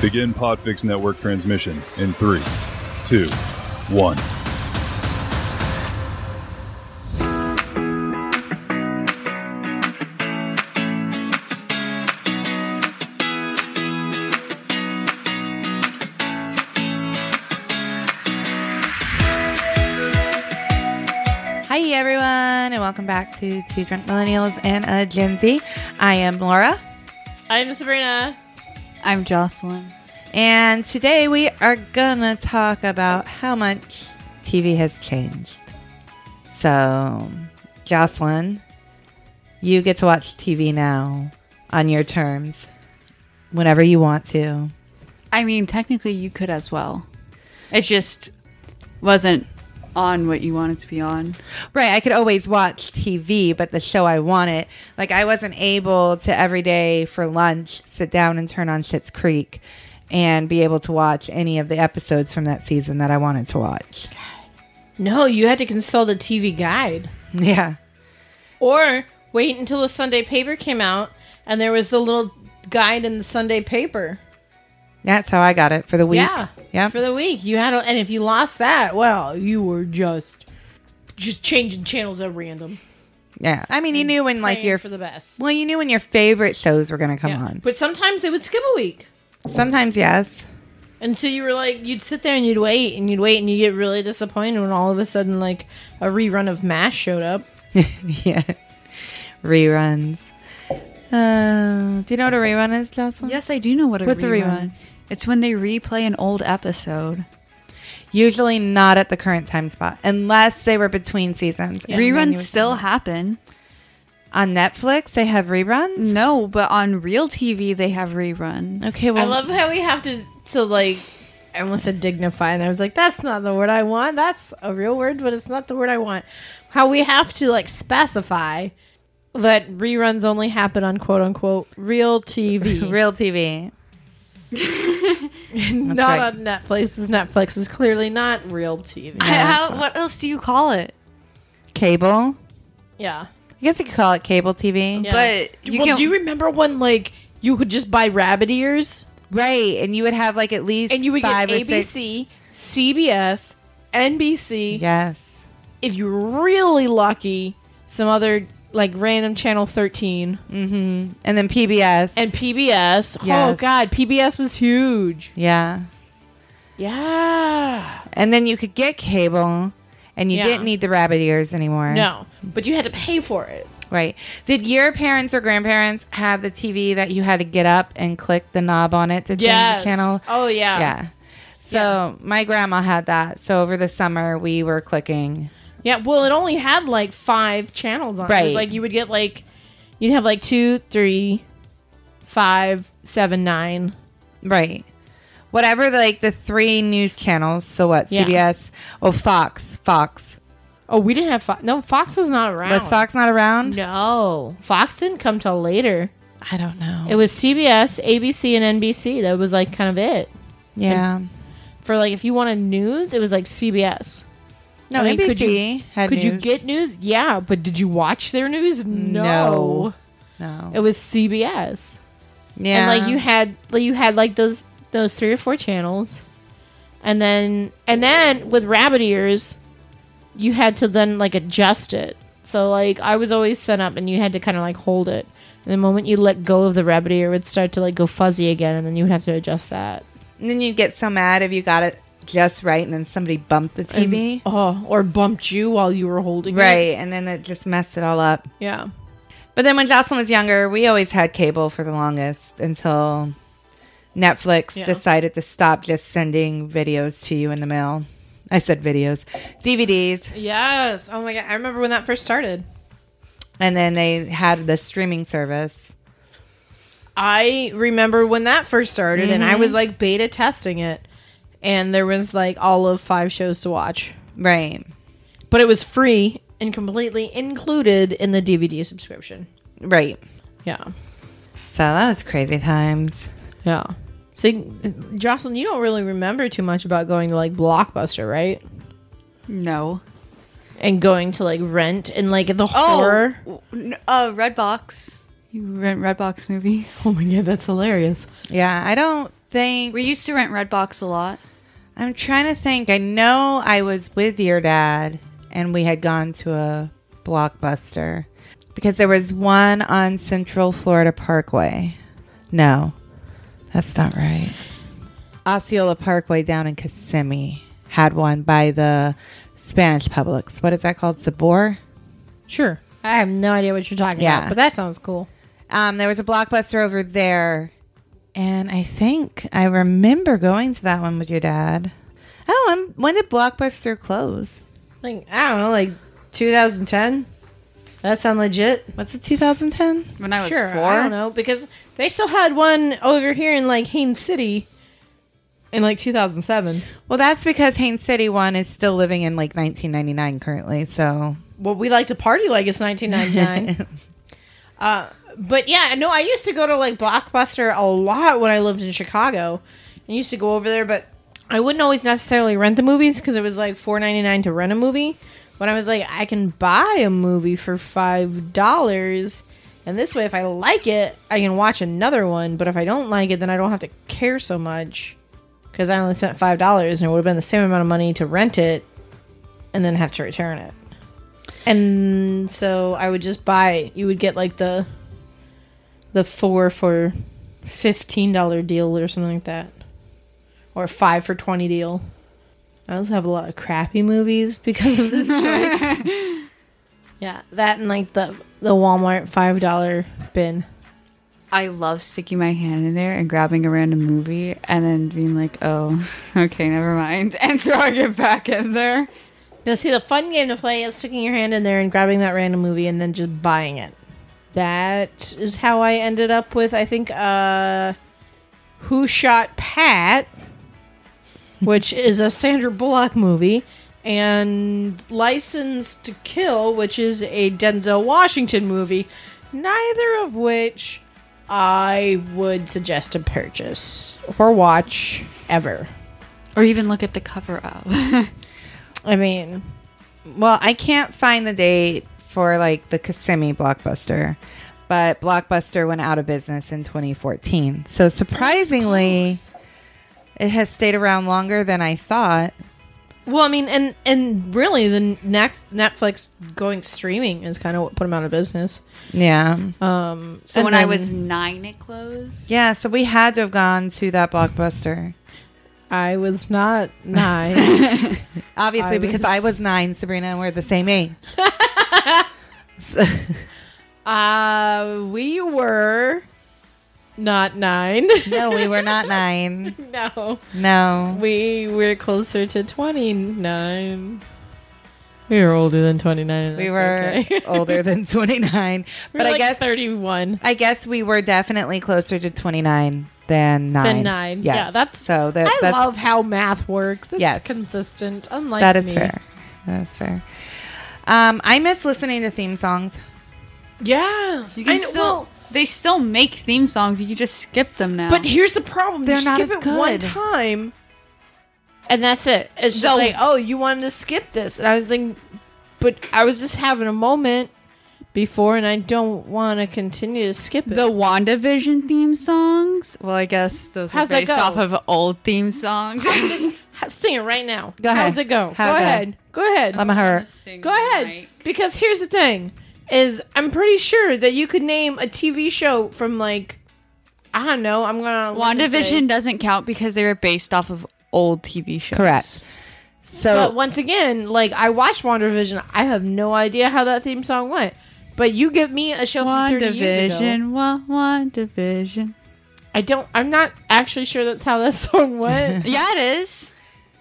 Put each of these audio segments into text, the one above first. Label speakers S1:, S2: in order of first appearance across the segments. S1: Begin Podfix Network transmission in three, two, one.
S2: Hi, everyone, and welcome back to Two Drunk Millennials and a Gen Z. I am Laura,
S3: I'm Sabrina.
S4: I'm Jocelyn.
S2: and today we are gonna talk about how much TV has changed. So, Jocelyn, you get to watch TV now on your terms whenever you want to.
S4: I mean, technically, you could as well. It just wasn't on what you wanted to be on.
S2: Right, I could always watch TV, but the show I wanted, like I wasn't able to every day for lunch sit down and turn on Schitt's Creek and be able to watch any of the episodes from that season that I wanted to watch.
S3: No, you had to consult a TV guide.
S2: Yeah.
S3: Or wait until the Sunday paper came out and there was the little guide in the Sunday paper.
S2: That's how I got it for the week.
S3: Yeah.
S2: Yeah.
S3: For the week. You had to, and if you lost that, well, you were just just changing channels at random.
S2: yeah. I mean, you knew when like
S3: praying
S2: your
S3: for the best.
S2: Well, you knew when your favorite shows were going to come
S3: Yeah.
S2: on.
S3: But sometimes they would skip a week.
S2: Sometimes yes.
S3: And so you were like you'd sit there and you'd wait and you'd wait and you get really disappointed when all of a sudden like a rerun of MASH showed up.
S2: yeah. Reruns. Uh, do you know what a rerun is, Jocelyn?
S4: Yes, I do know what a
S2: What's a
S4: rerun.
S2: rerun?
S4: It's when they replay an old episode.
S2: Usually not at the current time spot, unless they were between seasons. And then you
S4: Reruns
S2: would-
S4: still happen.
S2: on Netflix. They have
S3: Mm.
S2: reruns.
S4: No, but on real TV, they have reruns.
S2: Okay, well,
S3: I love how we have to to like. I almost said dignify, and I was like, "That's not the word I want. That's a real word, but it's not the word I want." How we have to like specify that reruns only happen on quote unquote real TV,
S2: real TV.
S3: not
S2: right.
S3: on Netflix. 'cause Netflix is clearly not real TV.
S4: How, what else do you call it?
S2: Cable.
S3: yeah,
S2: I guess you could call it cable TV.
S3: yeah.
S4: But you
S3: well,
S4: can.
S3: do you remember when like you could just buy rabbit ears
S2: Right, and you would have like at least
S3: and you would
S2: five
S3: get
S2: or six-
S3: ABC, CBS, NBC,
S2: Yes.
S3: if you're really lucky, some other like random channel 13
S2: Mm-hmm. And then PBS.
S3: and PBS. Oh
S2: Yes.
S3: god, PBS was huge.
S2: yeah,
S3: Yeah.
S2: and then you could get cable, and you
S3: Yeah.
S2: didn't need the rabbit ears anymore.
S3: No, but you had to pay for it.
S2: Right. Did your parents or grandparents have the TV that you had to get up and click the knob on it to change
S3: Yes.
S2: the channel?
S3: Oh yeah.
S2: Yeah. So my grandma had that. So over the summer we were clicking.
S3: Yeah, well it only had like 5 channels on it. It
S2: Right.
S3: was like you would get like you'd have like two, three, five, seven, nine.
S2: Right. Whatever the, like the three news channels, so what?
S3: Yeah.
S2: CBS, oh Fox, Fox.
S3: Oh, we didn't have Fox. No, Fox was not around.
S2: Was Fox not around?
S3: No. Fox didn't come till later.
S2: I don't know.
S3: It was CBS, ABC, and NBC. That was like kind of it.
S2: yeah.
S3: For like, if you wanted news, it was like CBS.
S2: No,
S3: I mean,
S2: NBC
S3: could
S2: had
S3: Could you
S2: news.
S3: get news? Yeah, but did you watch their news? No.
S2: No.
S3: It was CBS.
S2: yeah.
S3: And like you had, like you had like those those three or four channels, and then and then with rabbit ears, you had to then like adjust it. So like I was always set up, and you had to kind of like hold it. And the moment you let go of the rabbit ear, it would start to like go fuzzy again, and then you would have to adjust that.
S2: and then you'd get so mad if you got it just right and then somebody bumped the
S3: and-
S2: TV.
S3: oh, or bumped you while you were holding it.
S2: right. And then it just messed it all up.
S3: Yeah.
S2: But then when Jocelyn was younger, we always had cable for the longest until Netflix
S3: Yeah.
S2: decided to stop just sending videos to you in the mail. I said videos, DVDs,
S3: Yes. Oh my god, I remember when that first started.
S2: and then they had the streaming service.
S3: I remember when that first started, and I was like beta testing it, and there was like all of five shows to watch,
S2: Right.
S3: but it was free and completely included in the DVD subscription.
S2: Right.
S3: Yeah.
S2: So that was crazy times.
S3: Yeah. So, Jocelyn, you don't really remember too much about going to like Blockbuster, right?
S4: no.
S3: And going to like rent and like the horror.
S4: Oh, n- uh, Redbox. You rent Redbox movies.
S3: Oh my god, that's hilarious.
S2: Yeah, I don't think.
S4: We used to rent Redbox a lot.
S2: I'm trying to think. I know I was with your dad and we had gone to a blockbuster because there was one on Central Florida Parkway. No, that's not right. Osceola Parkway down in Kissimmee had one by the Spanish Publix. What is that called? Sabor?
S3: Sure. I have no idea what you're talking
S2: Yeah.
S3: about, but that sounds cool.
S2: Um, there was a blockbuster over there, and I think I remember going to that one with your dad. Oh, I'm, when did Blockbuster close?
S5: Like I don't know, like 2010. That sound legit?
S2: Was it 2010?
S4: When I was
S5: sure,
S4: four,
S5: I don't know because they still had one over here in like Haines City in like 2007.
S2: Well, that's because Haines City one is still living in like 1999 currently. So
S5: Well, we like to party like it's 1999. uh, but yeah, no, I used to go to like Blockbuster a lot when I lived in Chicago. I used to go over there, but I wouldn't always necessarily rent the movies because it was like four ninety nine to rent a movie. When I was like, I can buy a movie for five dollars, and this way, if I like it, I can watch another one. But if I don't like it, then I don't have to care so much because I only spent five dollars, and it would have been the same amount of money to rent it and then have to return it. And so I would just buy. You would get like the the four for fifteen dollar deal or something like that, or five for twenty deal. I also have a lot of crappy movies because of this choice. yeah, that and like the the Walmart five dollar bin.
S4: I love sticking my hand in there and grabbing a random movie and then being like, "Oh, okay, never mind," and throwing it back in there.
S5: Now, see, the fun game to play is sticking your hand in there and grabbing that random movie and then just buying it. That is how I ended up with, I think, uh, Who Shot Pat, which is a Sandra Bullock movie, and License to Kill, which is a Denzel Washington movie, neither of which I would suggest to purchase or watch ever.
S4: Or even look at the cover of.
S5: I mean,
S2: Well, I can't find the date for like the Kissimmee Blockbuster, but Blockbuster went out of business in 2014. So surprisingly, it has stayed around longer than I thought.
S5: Well, I mean, and and really, the Net- Netflix going streaming is kind of what put them out of business.
S2: Yeah.
S5: Um,
S4: so
S5: and
S4: when I
S5: then
S4: was nine, it closed.
S2: Yeah. So we had to have gone to that Blockbuster.
S5: I was not nine.
S2: Obviously,
S5: I
S2: because I was nine, Sabrina, and we're the same age.
S5: uh, we were not nine.
S2: No, we were not nine.
S5: no,
S2: No.
S5: we were closer to twenty nine. We were older than twenty nine.
S2: We were older than 29. But I guess
S5: thirty one.
S2: I guess we were definitely closer to 29 than 9.
S5: nine.
S2: Yes.
S5: Yeah, that's-
S2: so that,
S5: I
S2: that's
S5: love how math works. It's
S2: Yes.
S5: consistent. Unlike
S2: that is
S5: me.
S2: fair. That is fair. Um, I miss listening to theme songs.
S5: Yeah,
S4: You can still. they still make theme songs. You can just skip them now.
S5: But here's the problem:
S2: They're
S5: you
S2: not
S5: skip
S2: as
S5: it one
S2: good.
S5: time,
S3: And that's it.
S5: it's just like, oh, you wanted to skip this, and I was like, but I was just having a moment before, and I don't want to continue to skip it.
S4: the WandaVision theme songs. Well, I guess those
S5: How's
S4: were
S5: that
S4: based
S5: go?
S4: off of old theme songs.
S3: Ha- Sing it right now.
S2: Go ahead.
S3: How's it go?
S2: How
S5: go
S2: it go?
S5: ahead, go ahead,
S2: I'm a her.
S5: go ahead, because here's the thing: is I'm pretty sure that you could name a TV show from like, I don't know. I'm gonna
S4: WandaVision doesn't count because they were based off of old TV shows.
S2: Correct.
S5: But
S2: So
S5: once again, like I watched WandaVision, I have no idea how that theme song went. But you give me a show from 30 years ago.
S4: WandaVision, wa- WandaVision.
S5: I don't. I'm not actually sure that's how that song went
S4: Yeah, it is.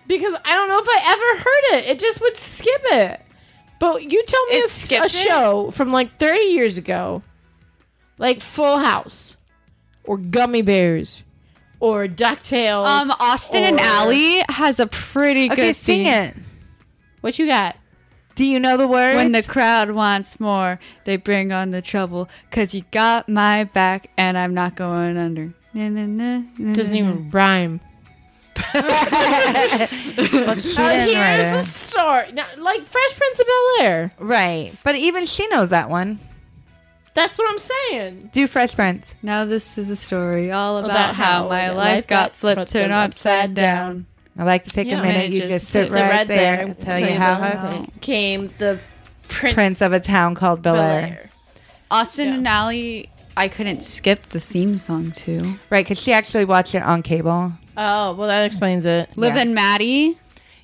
S5: because I don't know if I ever heard it. It just would skip it. But you tell me
S4: It
S5: a, s-
S4: skipped
S5: a
S4: it?
S5: show from like 30 years ago, like Full House, or Gummy Bears, or Ducktales.
S4: Um, Austin and
S5: Or-
S4: Alley has a pretty
S2: okay,
S4: good
S2: sing
S4: theme.
S2: it.
S5: what you got?
S2: Do you know the words?
S4: When the crowd wants more, they bring on the trouble. Cause you got my back, and I'm not going under. Na, na, na, na,
S3: Doesn't
S4: na,
S3: even rhyme.
S5: Now,
S2: didn't write
S5: here's the
S2: it.
S5: story. Now, like Fresh Prince of Bel Air.
S2: right, but even she knows that one.
S3: That's what I'm saying.
S2: Do Fresh Prince.
S4: Now this is a story all about,
S3: About
S4: how,
S3: how
S4: my
S3: your
S4: life got flipped turned upside down.
S2: I like to take
S3: Yeah.
S2: a minute.
S4: And it
S2: You
S4: just
S2: just sit
S3: sits
S2: right,
S3: right
S2: there,
S3: there.
S2: and tell you how I
S5: Came the prince,
S2: prince of a town called Bel Air.
S5: Bel-Air.
S4: Austin
S3: Yeah.
S4: and Alley, I couldn't skip the theme song too.
S2: Right, because she actually watched it on cable.
S5: Oh well, that explains it.
S4: Liv
S2: Yeah.
S4: and Maddie,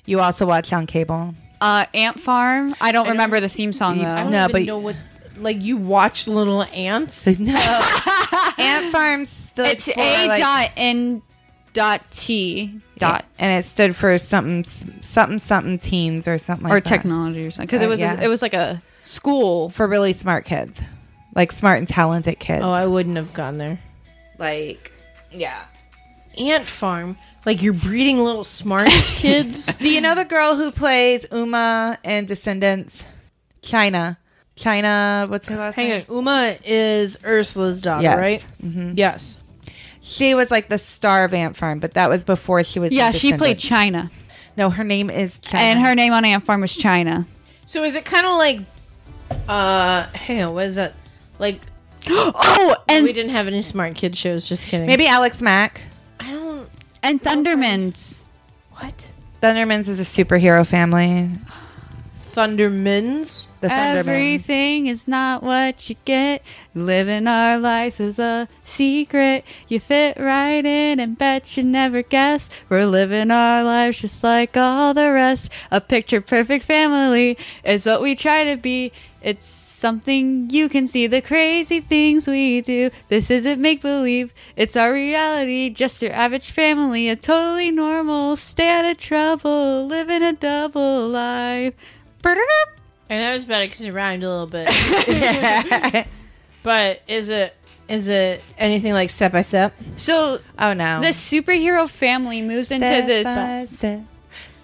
S2: You also watched on cable.
S4: uh, Ant Farm. I don't
S5: don't-
S4: remember the theme song
S5: I
S4: though.
S5: don't
S2: No,
S5: even
S2: but-
S5: know what. Like you watch little ants.
S2: No. Ant Farm stood
S4: It's
S2: for
S4: A
S2: like-
S4: dot N dot T dot
S2: and it stood for something something something teens or something like
S4: or
S2: that.
S4: technology or something because
S2: Uh,
S4: it was
S2: yeah.
S4: a, it was like a school.
S2: for really smart kids. Like smart and talented kids.
S5: Oh, I wouldn't have gone there.
S2: like yeah.
S5: Ant farm. Like you're breeding little smart kids.
S2: Do you know the girl who plays Uma in Descendants? China. China, what's her last name?
S5: Hang on. Uma is Ursula's daughter,
S2: Yes.
S5: right? Yes.
S2: She was like the star of Ant Farm, but that was before she was. in
S4: Yeah, she played
S2: Descendants.
S4: China,
S2: No, her name is China.
S4: and her name on Ant Farm was China.
S5: So is it kind of like, uh, hang on, what is that? Like
S4: Oh,
S5: we
S4: and
S5: didn't have any smart kid shows. Just kidding.
S2: maybe Alex Mack.
S5: I don't.
S4: and Thundermans.
S5: What?
S2: Thundermans is a superhero family.
S5: Thundermans.
S2: The Thundermans.
S4: Everything is not what you get. Living our life is a secret. You fit right in and bet you never guess. We're living our lives just like all the rest. A picture perfect family is what we try to be. It's something you can see the crazy things we do. This isn't make believe, it's our reality. Just your average family, a totally normal, stay out of trouble, living a double life. Ba-da-da.
S5: And that was better because it rhymed a little bit. but is it is it anything like step by step?
S4: So
S2: oh no.
S4: the superhero family moves into
S2: Step by
S4: this.
S2: step,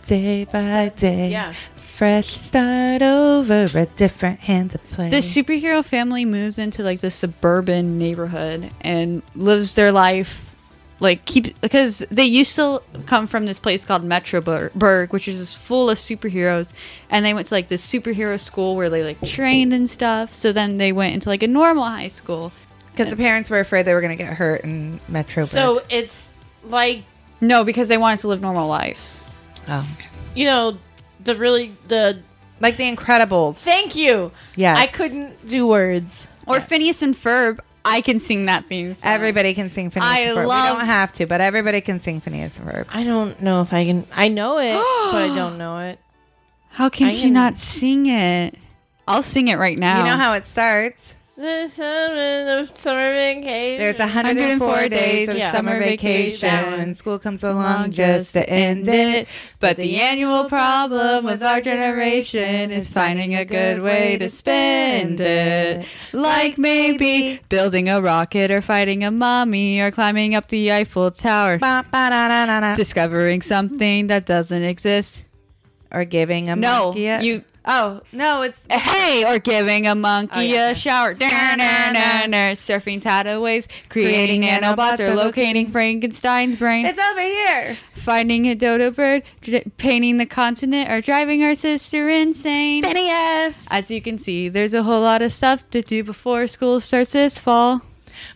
S2: day by day.
S5: Yeah.
S2: Fresh start over, a different hand to play.
S4: The superhero family moves into like the suburban neighborhood and lives their life like keep because they used to come from this place called Metroburg, which is just full of superheroes, and they went to like this superhero school where they like trained and stuff. So then they went into like a normal high school.
S2: Because the parents were afraid they were going to get hurt in Metro.
S3: So it's like
S4: No, because they wanted to live normal lives.
S2: oh.
S3: you know the really the
S2: like the Incredibles.
S3: thank you.
S2: Yeah.
S3: I couldn't do words.
S4: Or Phineas and Ferb, I can sing that theme. song.
S2: Everybody can sing Phineas.
S4: I
S2: and Ferb. We
S4: love-
S2: don't have to, but everybody can sing Phineas and Ferb.
S5: I don't know if I can. I know it, but I don't know it.
S4: How can
S5: I
S4: she
S5: am-
S4: not sing it? I'll sing it right now.
S2: You know how it starts.
S3: The summer, the summer vacation.
S2: There's 104,
S4: 104
S2: days of
S4: yeah.
S2: summer
S4: summer
S2: vacation,
S4: vacation.
S2: and school comes along just to end it.
S4: But the annual problem with our generation is finding a good way to spend it. Like maybe building a rocket or fighting a mummy or climbing up the Eiffel Tower,
S2: Ba, ba, da, da, da, da.
S4: discovering something that doesn't exist.
S2: Or giving a
S4: No,
S2: monkey a-
S4: you.
S2: Oh no, it's
S4: Hey, or giving a monkey
S2: Oh, yeah.
S4: a shower. Nah, nah, nah, nah. Surfing tidal waves, creating,
S2: Creating
S4: nanobots,
S2: nanobots, or
S4: or locating Frankenstein's brain.
S2: it's over here.
S4: finding a dodo bird, dr- painting the continent, or driving our sister insane.
S2: Phineas.
S4: As you can see, there's a whole lot of stuff to do before school starts this fall.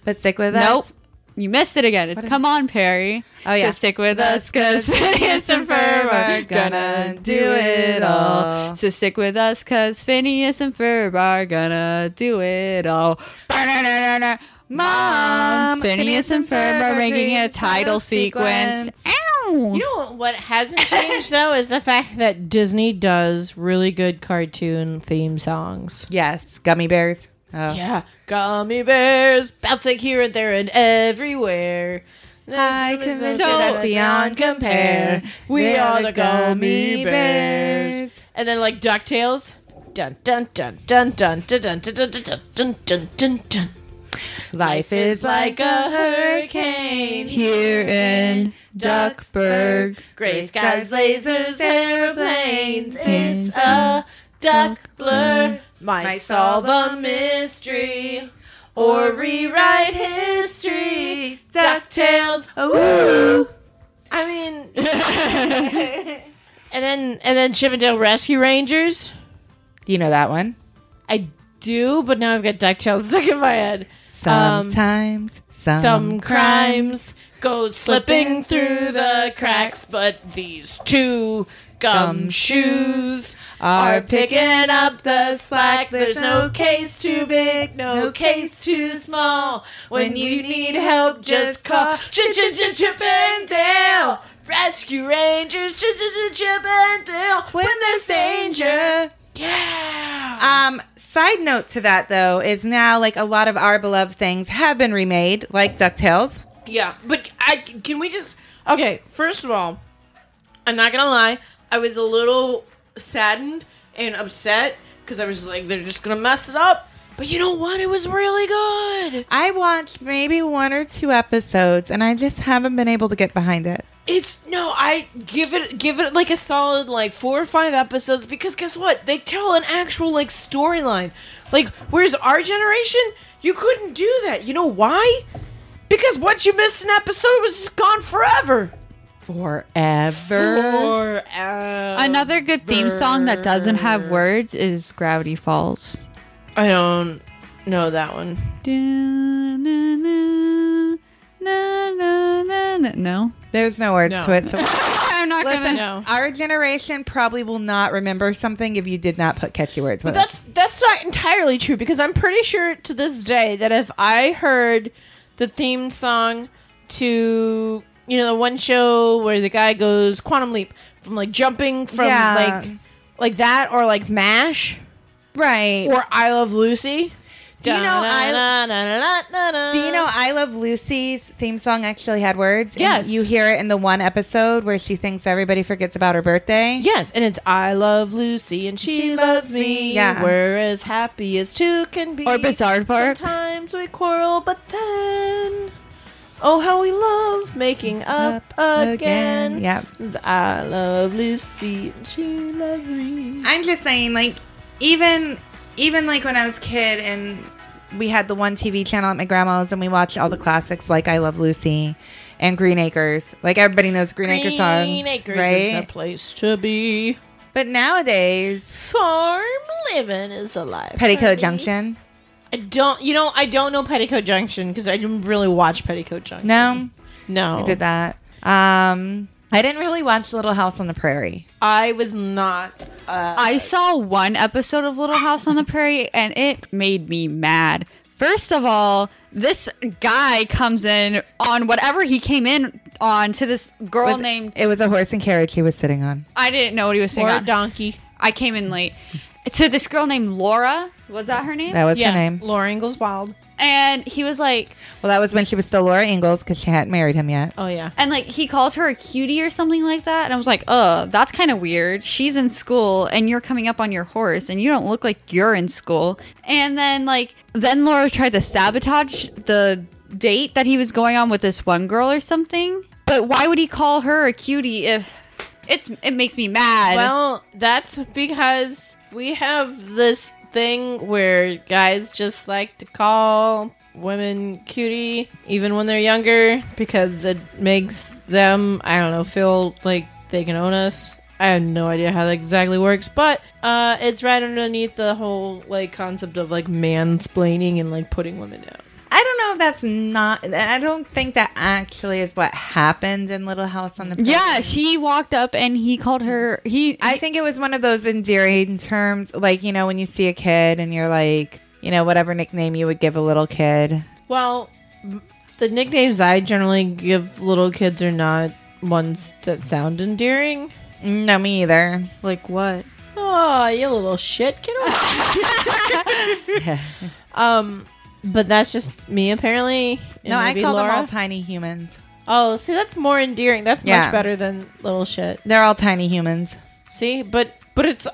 S2: But stick with
S4: Nope.
S2: us.
S4: You missed it again. It's come on, Perry.
S2: Oh, yeah.
S4: So stick with us, cause Phineas and Ferb are gonna do it all. So stick with us, cause Phineas and Ferb are gonna do it all. Ba-na-na-na-na. Mom, Phineas and Ferb are making a title sequence. Ow!
S5: You know what hasn't changed though is the fact that Disney does really good cartoon theme songs.
S2: Yes, gummy bears. Oh.
S5: Yeah, gummy bears bouncing here and there and everywhere.
S2: I can make
S4: So-
S2: that's beyond compare.
S5: We
S2: They
S5: are the gummy bears. And then like Ducktales. Dun dun dun dun dun dun dun dun dun dun dun dun dun dun.
S2: Life is like a hurricane.
S4: Here in Duckburg.
S5: Gray skies, lasers, airplanes. It's a duck blur. Might solve a mystery or rewrite history. Ducktales. Ooh. I mean, and then and then Chippendale Rescue Rangers.
S2: You know that one?
S3: I do, but now I've got DuckTales stuck in my head. Um,
S2: Sometimes, some,
S3: Some crimes go slipping through the cracks, but these two gumshoes are picking up the slack. There's no case too big, no case too small. When you need help, just call Chip and Dale. Rescue Rangers, Chip and Dale. When there's danger, yeah.
S2: Um, side note to that though is now like a lot of our beloved things have been remade, like Ducktales.
S5: Yeah, but I can we just okay. First of all, I'm not gonna lie. I was a little saddened and upset because I was like, they're just gonna mess it up. But you know what? It was really good.
S2: I watched maybe one or two episodes, and I just haven't been able to get behind it.
S5: It's no, I give it give it like a solid like four or five episodes because guess what? They tell an actual like storyline. Like, whereas our generation, you couldn't do that. You know why? Because once you missed an episode, it was just gone forever.
S2: Forever.
S4: Another good theme song that doesn't have words is Gravity Falls.
S5: I don't know that one.
S4: No.
S2: There's no words
S5: No.
S2: to it. So
S4: I'm not
S2: listen,
S5: No.
S2: our generation probably will not remember something if you did not put catchy words with
S5: But that's that's not entirely true because I'm pretty sure to this day that if I heard the theme song to you know the one show where the guy goes quantum leap from like jumping from
S2: Yeah.
S5: like like that or like mash
S2: it. Right.
S5: or I Love Lucy.
S2: Do you know I-
S5: I?
S2: Do you know I Love Lucy's theme song actually had words? And
S5: Yes.
S2: you hear it in the one episode where she thinks everybody forgets about her birthday.
S5: Yes, and it's I love Lucy and she, loves me.
S2: Yeah.
S5: We're as happy as two can be.
S4: Or Bizarre Park.
S5: Sometimes we quarrel, but then Oh how we love making up, again.
S2: Yep.
S5: I love Lucy and she loves me.
S2: I'm just saying, like, even even like when I was a kid and we had the one TV channel at my grandma's and we watched all the classics like I Love Lucy and Green Acres. Like everybody knows Green, Acres song.
S5: Green Acres is
S2: right?
S5: the place to be.
S2: But nowadays
S5: Farm living is alive.
S2: Petticoat
S5: honey.
S2: Junction.
S5: I don't you know, I don't know Petticoat Junction because I didn't really watch Petticoat Junction.
S2: No,
S5: No.
S2: I did that. Um I didn't really watch Little House on the Prairie.
S5: I was not uh,
S4: I saw one episode of Little House on the Prairie and it made me mad. First of all, this guy comes in on whatever he came in on to this girl
S2: Was-
S4: named
S2: It was a horse and carriage he was sitting on.
S4: I didn't know what he was saying.
S5: or
S4: I-
S5: donkey.
S4: I came in late. To this girl named Laura, was that her name?
S2: That was her name.
S5: Laura Ingalls Wild.
S4: and he was like,
S2: Well, that was when she was still Laura Ingalls because she hadn't married him yet.
S5: Oh yeah.
S4: and like he called her a cutie or something like that. And I was like, oh, that's kind of weird. She's in school and you're coming up on your horse and you don't look like you're in school. And then like, then Laura tried to sabotage the date that he was going on with this one girl or something. But why would he call her a cutie if it's, it makes me mad.
S5: Well, that's because we have this thing where guys just like to call women cutie even when they're younger because it makes them I don't know feel like they can own us. I have no idea how that exactly works, but uh, it's right underneath the whole like concept of like mansplaining and like putting women down.
S2: I don't know if that's not. I don't think that actually is what happened in Little House on the Prairie.
S4: yeah, she walked up and he called her, he,
S2: I think it was one of those endearing terms, like you know when you see a kid and you're like, you know, whatever nickname you would give a little kid.
S5: Well, m- the nicknames I generally give little kids are not ones that sound endearing.
S2: No, me either.
S4: like what?
S5: Oh, you little shit, kiddo. um, but that's just me apparently. and
S2: no, I
S5: maybe
S2: call them
S5: Laura.
S2: all tiny humans.
S5: Oh, see, that's more endearing. That's
S2: Yeah.
S5: much better than little shit.
S2: They're all tiny humans.
S5: See, but but it's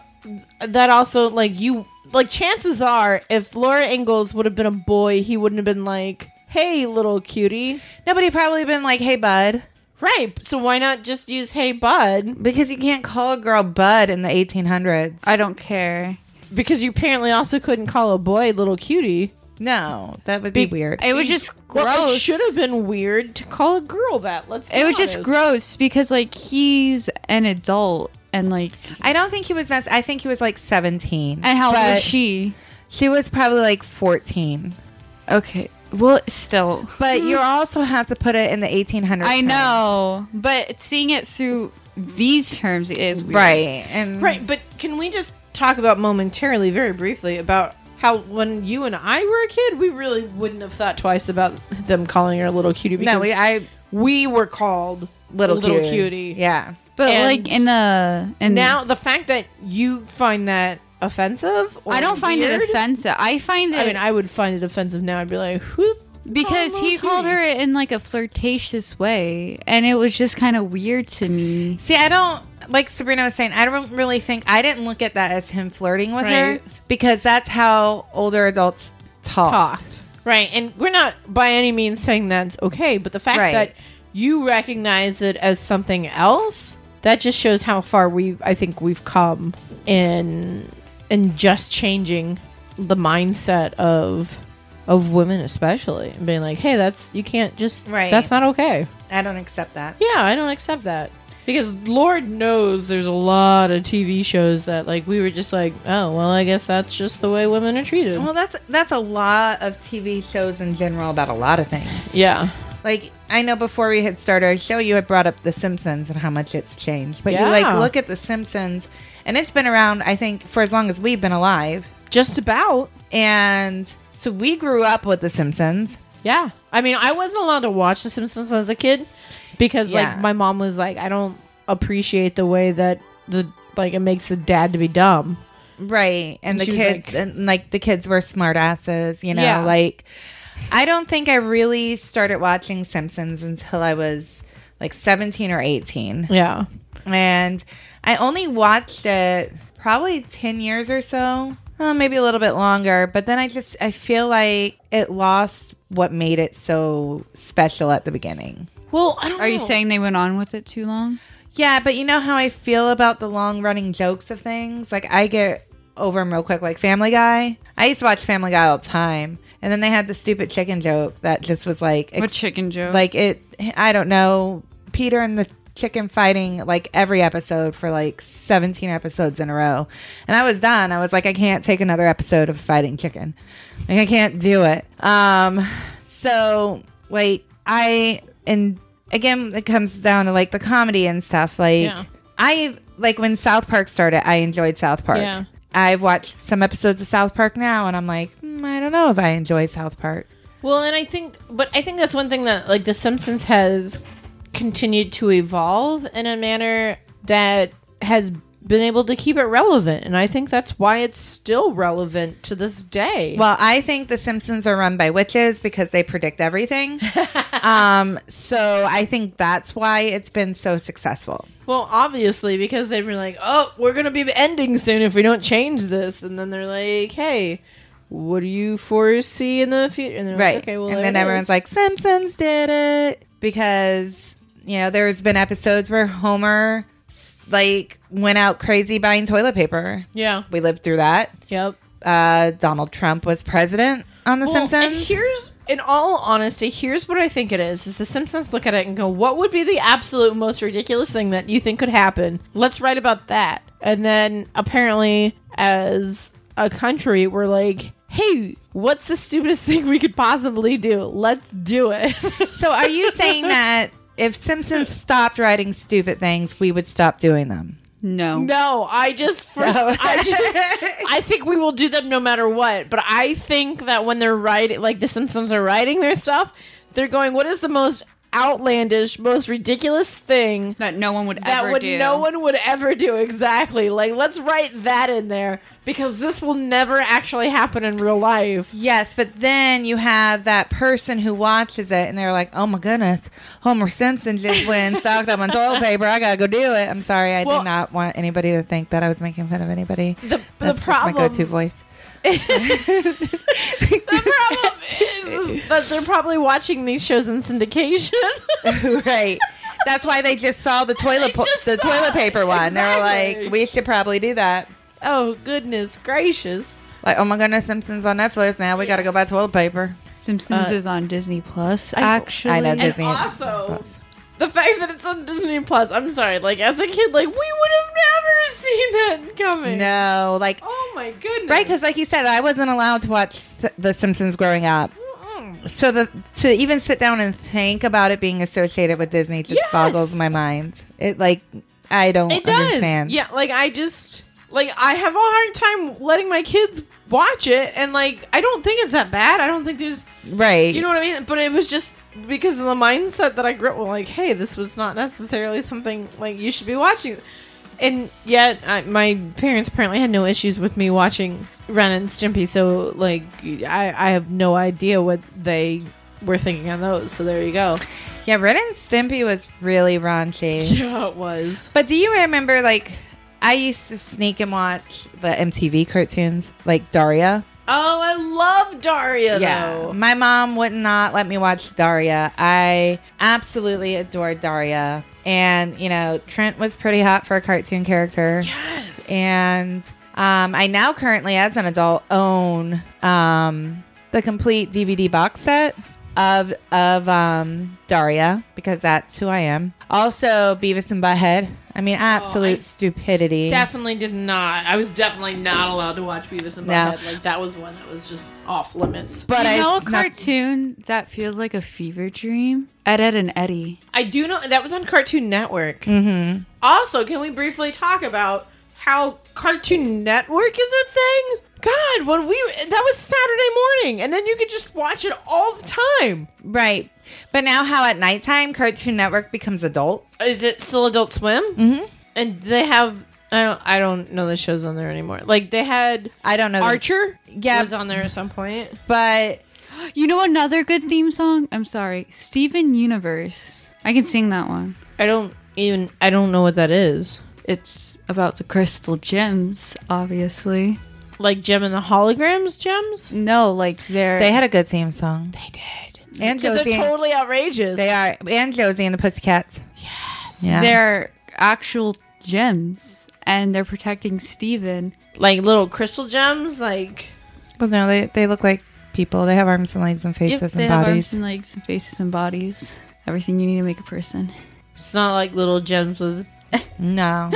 S5: that also like you like chances are if Laura Ingalls would have been a boy, he wouldn't have been like, "Hey, little cutie."
S2: Nobody probably been like, "Hey, bud,"
S5: Right. So why not just use "Hey, bud"?
S2: because you can't call a girl bud in the 1800s.
S4: I don't care.
S5: Because you apparently also couldn't call a boy little cutie.
S2: No, that would be,
S5: Be-
S2: weird.
S4: It was just gross.
S5: Well, it should have been weird to call a girl that. Let's. be
S4: It was just
S5: honest.
S4: gross because like he's an adult and like
S2: I don't think he was. That, I think he was like 17.
S4: and how old
S2: but-
S4: was she?
S2: She was probably like 14.
S4: Okay. Well, still.
S2: But you also have to put it in the 1800s.
S4: I
S2: term.
S4: know, but seeing it through these terms is weird.
S2: Right. And
S5: Right, but can we just talk about momentarily, very briefly, about how when you and I were a kid, we really wouldn't have thought twice about them calling her a little cutie because
S2: No, we, I
S5: we were called
S2: little,
S5: little
S2: cutie.
S5: cutie.
S2: Yeah.
S4: But
S5: And-
S4: like in the and
S5: Now the fact that you find that offensive, or
S4: I don't find
S5: weird-
S4: it offensive. I find it
S5: I mean, I would find it offensive now. I'd be like, who?
S4: because
S5: Oh,
S4: he
S5: little
S4: called
S5: cutie.
S4: her in like a flirtatious way, and it was just kind of weird to me.
S2: See, I don't like Sabrina was saying. I don't really think I didn't look at that as him flirting with
S5: Right.
S2: her because that's how older adults talk.
S5: talked. Right. And we're not by any means saying that's okay, but the fact
S2: Right.
S5: that you recognize it as something else, that just shows how far we I think we've come in in just changing the mindset of of women especially and being like, "Hey, that's you can't just
S2: Right.
S5: that's not okay."
S2: I don't accept that.
S5: Yeah, I don't accept that. Because Lord knows there's a lot of TV shows that like we were just like, "Oh, well, I guess that's just the way women are treated."
S2: Well, that's that's a lot of TV shows in general about a lot of things.
S5: yeah.
S2: Like I know before we had started our show, you had brought up The Simpsons and how much it's changed. But you like
S5: Yeah.
S2: look at The Simpsons, and it's been around I think for as long as we've been alive.
S5: Just about
S2: And so we grew up with The Simpsons.
S5: Yeah. I mean, I wasn't allowed to watch The Simpsons as a kid because
S2: Yeah.
S5: like my mom was like, I don't appreciate the way that the like it makes the dad to be dumb.
S2: right and,
S5: And
S2: the
S5: she was
S2: kids
S5: like-
S2: and like the kids were smart asses you know
S5: Yeah.
S2: like i don't think i really started watching simpsons until i was like 17 or 18
S5: Yeah.
S2: and i only watched it probably 10 years or so uh, maybe a little bit longer but then i just i feel like it lost what made it so special at the beginning
S5: Well, I don't
S4: Are you
S5: know.
S4: saying they went on with it too long?
S2: yeah, but you know how I feel about the long running jokes of things? Like, I get over them real quick. Like, Family Guy. I used to watch Family Guy all the time. And then they had the stupid chicken joke that just was like, ex-
S4: What chicken joke?
S2: like it, I don't know, Peter and the chicken fighting like every episode for like 17 episodes in a row. And I was done. I was like, I can't take another episode of fighting chicken. Like, I can't do it. Um, so like I and again it comes down to like the comedy and stuff. Like
S5: Yeah.
S2: I like when South Park started, I enjoyed South Park.
S5: Yeah.
S2: I've watched some episodes of South Park now, and I'm like, "Hmm, I don't know if I enjoy South Park.
S5: Well, and I think but I think that's one thing that like The Simpsons has continued to evolve in a manner that has been able to keep it relevant, and I think that's why it's still relevant to this day.
S2: Well, I think The Simpsons are run by witches because they predict everything. um, so I think that's why it's been so successful.
S5: Well, obviously, because they've been like, "Oh, we're gonna be ending soon if we don't change this," and then they're like, "Hey, what do you foresee in the future?" And they're
S2: Right.
S5: like, "Okay, well,"
S2: and
S5: there
S2: then
S5: it
S2: everyone's
S5: is."
S2: like, Simpsons did it because you know there's been episodes where Homer s- like went out crazy buying toilet paper.
S5: "Yeah,
S2: We lived through that.
S5: yep."
S2: Uh, Donald Trump was president on The
S5: Well, and
S2: Simpsons.
S5: here's, in all honesty, here's what I think it is: is the Simpsons look at it and go, "What would be the absolute most ridiculous thing that you think could happen? Let's write about that." And then apparently, as a country, we're like, "Hey, what's the stupidest thing we could possibly do? Let's do it."
S2: so are you saying that if Simpsons stopped writing stupid things, we would stop doing them?
S4: no.
S5: No, I just for, I just I think we will do them no matter what. But I think that when they're writing, like the Simpsons are writing their stuff, they're going, "What is the most outlandish, most ridiculous thing
S4: That no one would
S5: that
S4: ever
S5: would
S4: do.
S5: no one would ever do?" Exactly. Like let's write that in there because this will never actually happen in real life.
S2: Yes, but then you have that person who watches it and they're like, "Oh my goodness, Homer Simpson just went and stocked up on toilet paper. I gotta go do it." I'm sorry, I
S5: Well-
S2: did not want anybody to think that I was making fun of anybody.
S5: The
S2: That's
S5: the
S2: just
S5: problem
S2: my go-to voice.
S5: the problem is, is that they're probably watching these shows in syndication.
S2: right. That's why they just saw the toilet po-
S5: just
S2: the
S5: saw
S2: toilet
S5: it.
S2: paper one. They were
S5: Exactly.
S2: like, "We should probably do that."
S5: oh goodness gracious.
S2: Like, "Oh my goodness, Simpsons on Netflix now. We gotta go buy toilet paper."
S4: Simpsons
S5: Uh,
S4: is on Disney Plus.
S5: know-
S4: Actually,
S2: I know
S5: And
S2: Disney.
S5: also, the fact that it's on Disney Plus, I'm sorry, like as a kid, like we would have never seen that coming.
S2: No, like
S5: Oh Oh my goodness.
S2: Right, because like you said, I wasn't allowed to watch S- The Simpsons growing up.
S5: Mm.
S2: So the, to even sit down and think about it being associated with Disney just
S5: Yes.
S2: boggles my mind. It like I don't
S5: It does.
S2: understand.
S5: Yeah, like I just like I have a hard time letting my kids watch it and like I don't think it's that bad. I don't think there's
S2: Right.
S5: you know what I mean? But it was just because of the mindset that I grew up with, like, hey, this was not necessarily something like you should be watching. And yet, I, my parents apparently had no issues with me watching Ren and Stimpy. So, like, I, I have no idea what they were thinking on those. So there you go.
S2: yeah, Ren and Stimpy was really raunchy.
S5: Yeah, it was.
S2: But do you remember like I used to sneak and watch the MTV cartoons like Daria?
S5: Oh, I love Daria though.
S2: My mom would not let me watch Daria. I absolutely adored Daria. And, you know, Trent was pretty hot for a cartoon character.
S5: Yes.
S2: And um, I now currently, as an adult, own um, the complete DVD box set of of um, Daria because that's who I am. Also, Beavis and Butthead. Oh, I mean, absolute
S5: I-
S2: stupidity.
S5: Definitely did not. I was definitely not allowed to watch Beavis and
S2: No.
S5: Butthead. Like that was one that was just off limits.
S2: but
S4: you
S2: I
S4: know a
S2: snuck-
S4: cartoon that feels like a fever dream? Ed, Ed, and Eddie.
S5: I do know that was on Cartoon Network. Mm-hmm.
S2: Mhm.
S5: Also, can we briefly talk about how Cartoon Network is a thing? God, when we that was Saturday morning, and then you could just watch it all the time.
S2: Right. But now, how at nighttime Cartoon Network becomes adult?
S5: Is it still Adult Swim?
S2: Mhm.
S5: And they have I don't I don't know the shows on there anymore. Like they had
S2: I don't know.
S5: Archer.
S2: Yeah.
S5: was on there at some point.
S2: but
S4: You know another good theme song? I'm sorry. Steven Universe. I can sing that one.
S5: I don't even I don't know what that is.
S4: It's about the crystal gems, obviously.
S5: Like Gem and the Holograms gems?
S4: No, like they're
S2: they had a good theme song.
S5: They did.
S2: And
S5: Because
S2: Josie,
S5: they're totally outrageous.
S2: they are, and Josie and the Pussycats. Yes, yeah.
S4: they're actual gems and they're protecting Steven.
S5: like little crystal gems, like
S2: Well, no, they they look like people. They have arms and legs and faces
S4: Yep, they
S2: and
S4: have
S2: bodies.
S4: arms and legs and faces and bodies. Everything you need to make a person.
S5: it's not like little gems with
S2: no,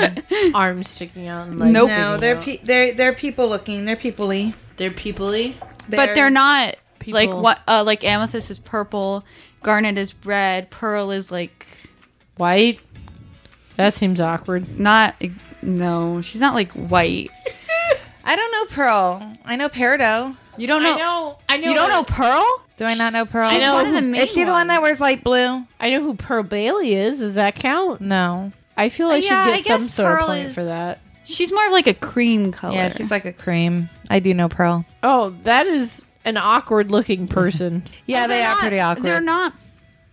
S5: arms sticking out and legs.
S4: Nope.
S5: sticking
S2: no, they're
S5: out.
S2: pe- they're they're people looking. They're peoply,
S5: they're peoply.
S4: but they're not
S5: People.
S4: like what uh, like amethyst is purple, garnet is red, pearl is like
S5: White. That seems awkward.
S4: not e, no, she's not like white.
S2: I don't know Pearl. I know Peardo.
S4: You don't know,
S5: I know. I know.
S4: You don't know Pearl?
S2: Do I not know Pearl?
S5: I know.
S4: one of the main
S2: Is she the one that wears light blue?
S5: I know who Pearl Bailey is. Does that count?
S2: No.
S5: I feel I
S4: Yeah, I
S5: should get some
S4: guess
S5: sort
S4: Pearl
S5: of point
S4: is-
S5: for that.
S4: She's more of like a cream color.
S2: Yeah, she's like a cream. I do know Pearl.
S5: Oh, that is an awkward looking person.
S2: Yeah,
S4: Well,
S2: they
S4: they're
S2: are
S4: not-
S2: pretty awkward.
S4: They're not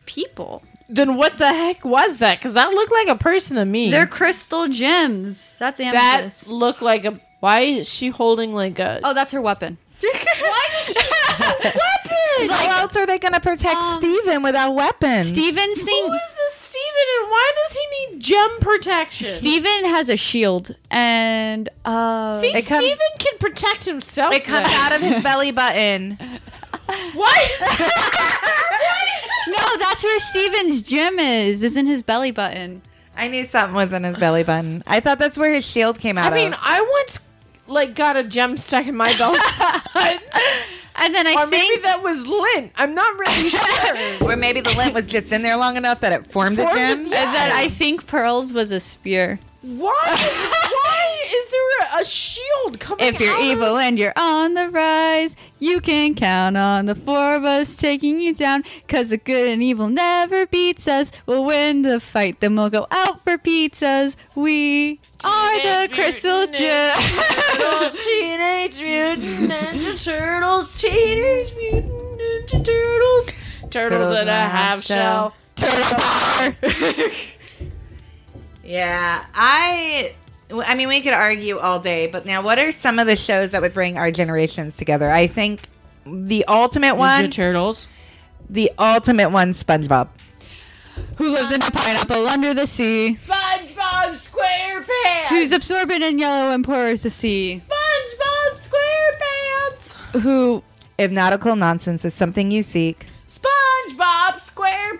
S4: people.
S5: then what the heck was that? Because that looked like a person to me.
S4: They're crystal gems. That's
S5: that
S4: amethyst.
S5: looked like a. Why is she holding like a?
S4: oh, that's her weapon.
S2: How else are they going to protect
S4: Um,
S2: Steven without weapons?
S4: Steven's
S5: Who
S4: thing.
S5: is this Steven and why does he need gem protection?
S4: Steven has a shield and uh
S5: See,
S2: It comes-
S5: Steven can protect himself.
S2: it comes
S5: then.
S2: out of his belly button.
S5: What?
S4: No, that's where Steven's gem is. Is in his belly button.
S2: I knew something was in his belly button. I thought that's where his shield came
S5: I
S2: out
S5: mean,
S2: of.
S5: I once like got a gem stuck in my
S4: Oh
S5: belt.
S4: And then I
S5: or maybe
S4: think
S5: that was lint. I'm not really sure.
S2: Or maybe the lint was just in there long enough that it formed a
S5: Formed a
S2: gem.
S5: gem.
S4: and then I think Pearl's was a spear.
S5: Why? Why is there a, a shield coming?
S4: If you're
S5: out of-
S4: evil and you're on the rise, you can count on the four of us taking you down. Cause the good and evil never beats us. We'll win the fight, then we'll go out for pizzas. We are the crystal gems.
S5: Turtles, Teenage Mutant Ninja Turtles, Teenage Mutant Ninja Turtles, Turtles in a half shell.
S2: Yeah, I. well, I mean, we could argue all day, but now, what are some of the shows that would bring our generations together? I think the ultimate one,
S5: Turtles.
S2: the ultimate one, SpongeBob.
S4: Who lives in a pineapple under the sea?
S5: SpongeBob SquarePants.
S4: Who's absorbent in yellow and poor as the sea?
S5: SpongeBob SquarePants?
S4: Who
S2: If nautical nonsense is something you seek,
S5: SpongeBob SquarePants.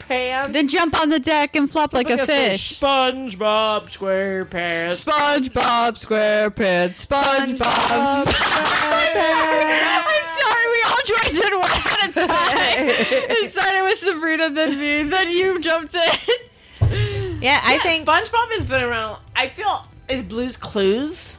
S5: pants.
S4: Then jump on the deck and flop like a fish.
S5: SpongeBob SquarePants.
S4: SpongeBob SquarePants. SpongeBob SquarePants. I'm sorry, we all joined in one at a time. it started with Sabrina, then me, then you jumped in.
S2: Yeah, I
S5: Yeah,
S2: think
S5: SpongeBob has been around. I feel is Blue's Clues.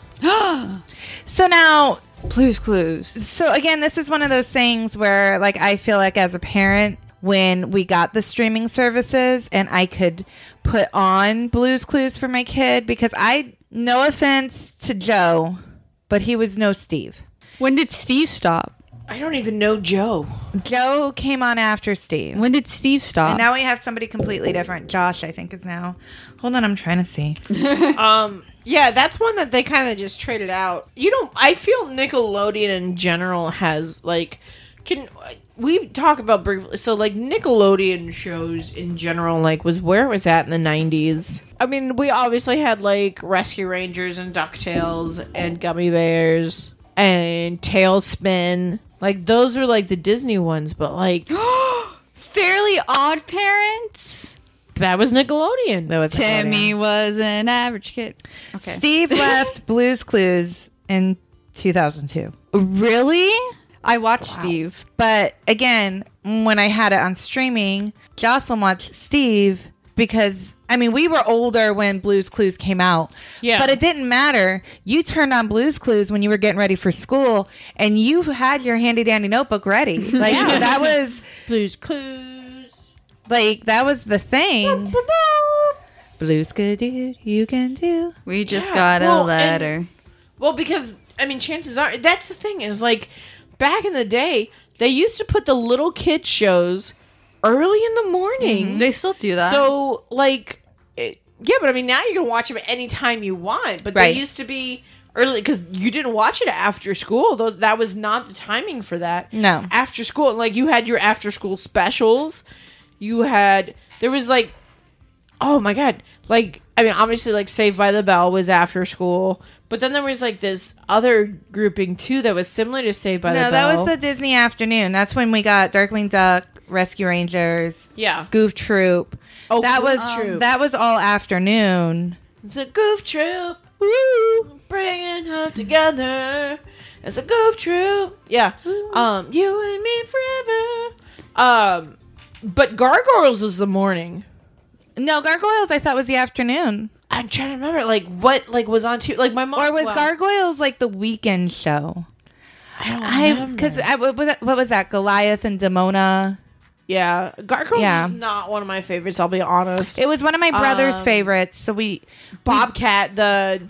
S2: so. Now,
S4: Blue's Clues.
S2: so again, this is one of those things where, like, I feel like as a parent, when we got the streaming services and I could put on Blues Clues for my kid because I, no offense to Joe, but he was no Steve.
S4: When did Steve stop?
S5: I don't even know Joe.
S2: Joe came on after Steve.
S4: When did Steve stop?
S2: And now we have somebody completely different. Josh, I think, is now. Hold on, I'm trying to see.
S5: Um, yeah, that's one that they kind of just traded out. You don't. I feel Nickelodeon in general has like can we talk about briefly? So like Nickelodeon shows in general, like was where it was at in the nineties. I mean, we obviously had like Rescue Rangers and Ducktales and Gummy Bears and Tailspin. Like those were like the Disney ones, but like
S4: Fairly Odd Parents.
S5: that was Nickelodeon.
S2: That was
S4: Timmy was an average kid. Okay.
S2: Steve left Blues Clues in 2002.
S4: Really? I watched Steve.
S2: But again, when I had it on streaming, Jocelyn watched Steve because I mean we were older when Blues Clues came out.
S5: Yeah.
S2: But it didn't matter. You turned on Blues Clues when you were getting ready for school and you had your handy dandy notebook ready. Like that was
S5: Blue's Clues.
S2: like that was the thing. Blues could do you can do.
S4: We just
S5: Yeah,
S4: got a
S5: well, and-
S4: letter.
S5: Well, because I mean, chances are that's the thing is like back in the day they used to put the little kid shows early in the morning.
S4: They still do that.
S5: So like, it, yeah, but I mean now you can watch them anytime you want. But
S2: Right.
S5: they used to be early because you didn't watch it after school. Those that was not the timing for that.
S2: No.
S5: after school, like you had your after school specials. You had there was like, oh my god, like I mean obviously like Saved by the Bell was after school. But then there was like this other grouping too that was similar to Saved by
S2: No,
S5: the
S2: that
S5: Bell.
S2: was the Disney afternoon. That's when we got Darkwing Duck, Rescue Rangers,
S5: yeah.
S2: Goof Troop.
S5: Oh,
S2: that
S5: Goof
S2: was
S5: Troop.
S2: that was all afternoon.
S5: The goof troop. Woo! Bringing her together. It's a goof troop. Yeah. Um, you and me forever. Um, but Gargoyles was the morning.
S2: No, Gargoyles I thought was the afternoon.
S5: I'm trying to remember, like what, like was on to, like my mom.
S2: Or was
S5: well,
S2: Gargoyles like the weekend show?
S5: I don't
S2: I
S5: remember.
S2: because I what was that- what was that Goliath and Demona?
S5: yeah, Gargoyles
S2: Yeah.
S5: is not one of my favorites. I'll be honest.
S2: It was one of my brother's
S5: Um,
S2: favorites. So we
S5: Bobcat, the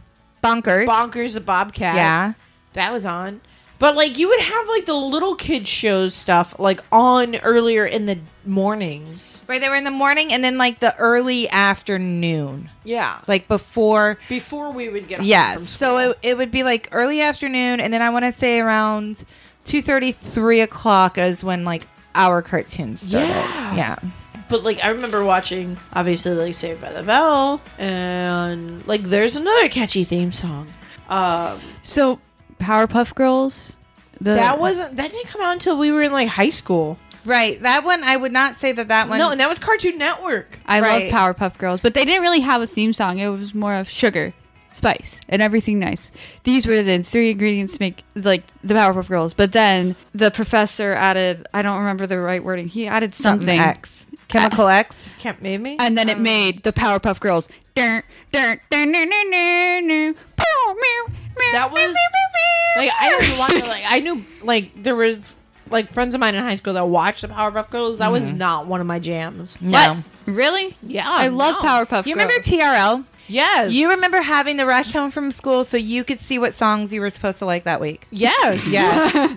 S2: bonkers.
S5: bonkers, the Bobcat.
S2: yeah,
S5: that was on. But like you would have like the little kid shows stuff like on earlier in the mornings.
S2: where they were in the morning and then like the early afternoon,
S5: Yeah.
S2: like before
S5: before we would get home from
S2: Yes.
S5: school.
S2: So it, it would be like early afternoon, and then I want to say around two thirty, three o'clock is when like our cartoons started.
S5: Yeah.
S2: Yeah.
S5: but like I remember watching obviously like Saved by the Bell and like there's another catchy theme song. Um,
S4: So Powerpuff Girls. The,
S5: that wasn't that didn't come out until we were in like high school.
S2: Right. That one, I would not say that that one.
S5: no, and that was Cartoon Network.
S4: I
S2: right.
S4: love Powerpuff Girls, but they didn't really have a theme song. It was more of sugar, spice, and everything nice. These were the three ingredients to make like the Powerpuff Girls. But then the professor added. I don't remember the right wording. He added something.
S2: X. Chemical X.
S5: Can't maybe.
S4: and then it made the Powerpuff Girls. That
S5: That was- like I didn't watch it. Like I knew like there was like friends of mine in high school that watched the Powerpuff Girls. That was not one of my jams.
S2: No.
S4: really?
S5: Yeah,
S4: I love
S5: no.
S4: Powerpuff.
S2: You remember
S4: Girls.
S2: TRL?
S5: Yes,
S2: You remember having the rush home from school so you could see what songs you were supposed to like that week?
S5: Yes,
S2: Yeah.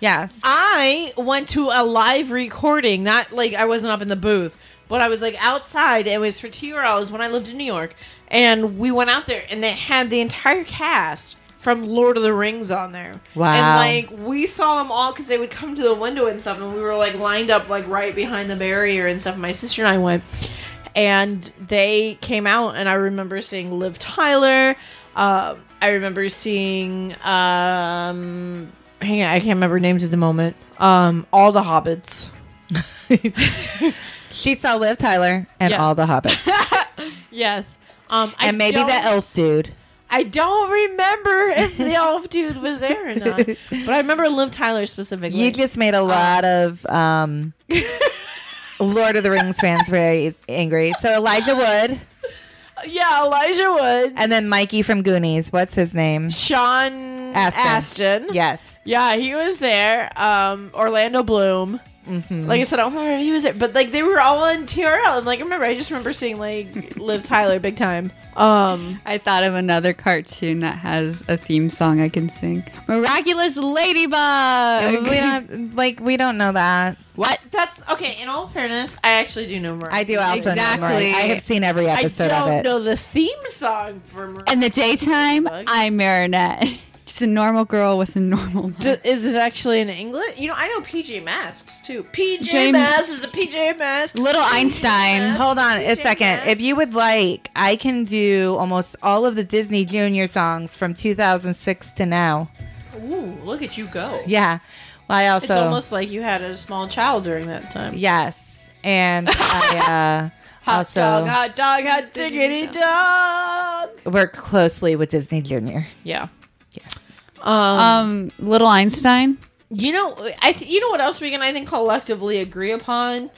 S2: yes.
S5: I went to a live recording, not like I wasn't up in the booth, but I was like outside. It was for TROs when I lived in New York. And we went out there and they had the entire cast from Lord of the Rings on there.
S2: Wow.
S5: And like we saw them all because they would come to the window and stuff. And we were like lined up like right behind the barrier and stuff. My sister and I went. And they came out and I remember seeing Liv Tyler. Um, I remember seeing um, hang on, I can't remember names at the moment. Um, all the hobbits.
S2: She saw Liv Tyler and
S3: Yeah.
S2: all the hobbits,
S3: Yes. Um, I
S2: and maybe the
S3: don't-
S2: elf dude.
S5: I don't remember if the elf dude was there or not, but I remember Liv Tyler specifically.
S2: You just made a lot of um, Lord of the Rings fans very angry. So Elijah Wood,
S5: yeah, Elijah Wood,
S2: and then Mikey from Goonies. What's his name?
S5: Sean Aston.
S2: Aston. Yes.
S5: Yeah, he was there. Um, Orlando Bloom.
S2: Mm-hmm.
S5: Like I said, I don't remember if he was there, but like they were all on TRL, and like I remember, I just remember seeing like Liv Tyler big time. Um,
S4: I thought of another cartoon that has a theme song I can sing. Miraculous Ladybug.
S2: we don't like we don't know that.
S4: what?
S5: that's okay. In all fairness, I actually do know more.
S2: I do also know Mariah.
S4: Exactly.
S2: I have seen every
S5: I
S2: episode of
S5: don't
S2: it.
S5: know the theme song for. Mar-
S4: In the daytime,
S5: Ladybug.
S4: I'm Marinette. Just a normal girl with a normal. life.
S5: D- is it actually in England? You know, I know PJ Masks too. PJ
S4: J-
S5: Masks is a PJ Masks.
S4: Little Einstein.
S2: Hold on a
S5: Jane
S2: second. If you would like, I can do almost all of the Disney Junior songs from 2006 to now.
S5: Ooh, look at you go.
S2: Yeah. Well, I also
S5: It's almost like you had a small child during that time.
S2: yes, and I uh,
S5: Hot
S2: also
S5: dog, hot dog, hot diggity dog.
S2: work closely with Disney Junior.
S5: Yeah.
S2: Yes.
S5: Um,
S4: Um, Little Einstein.
S5: you know, I th- you know what else we can I think collectively agree upon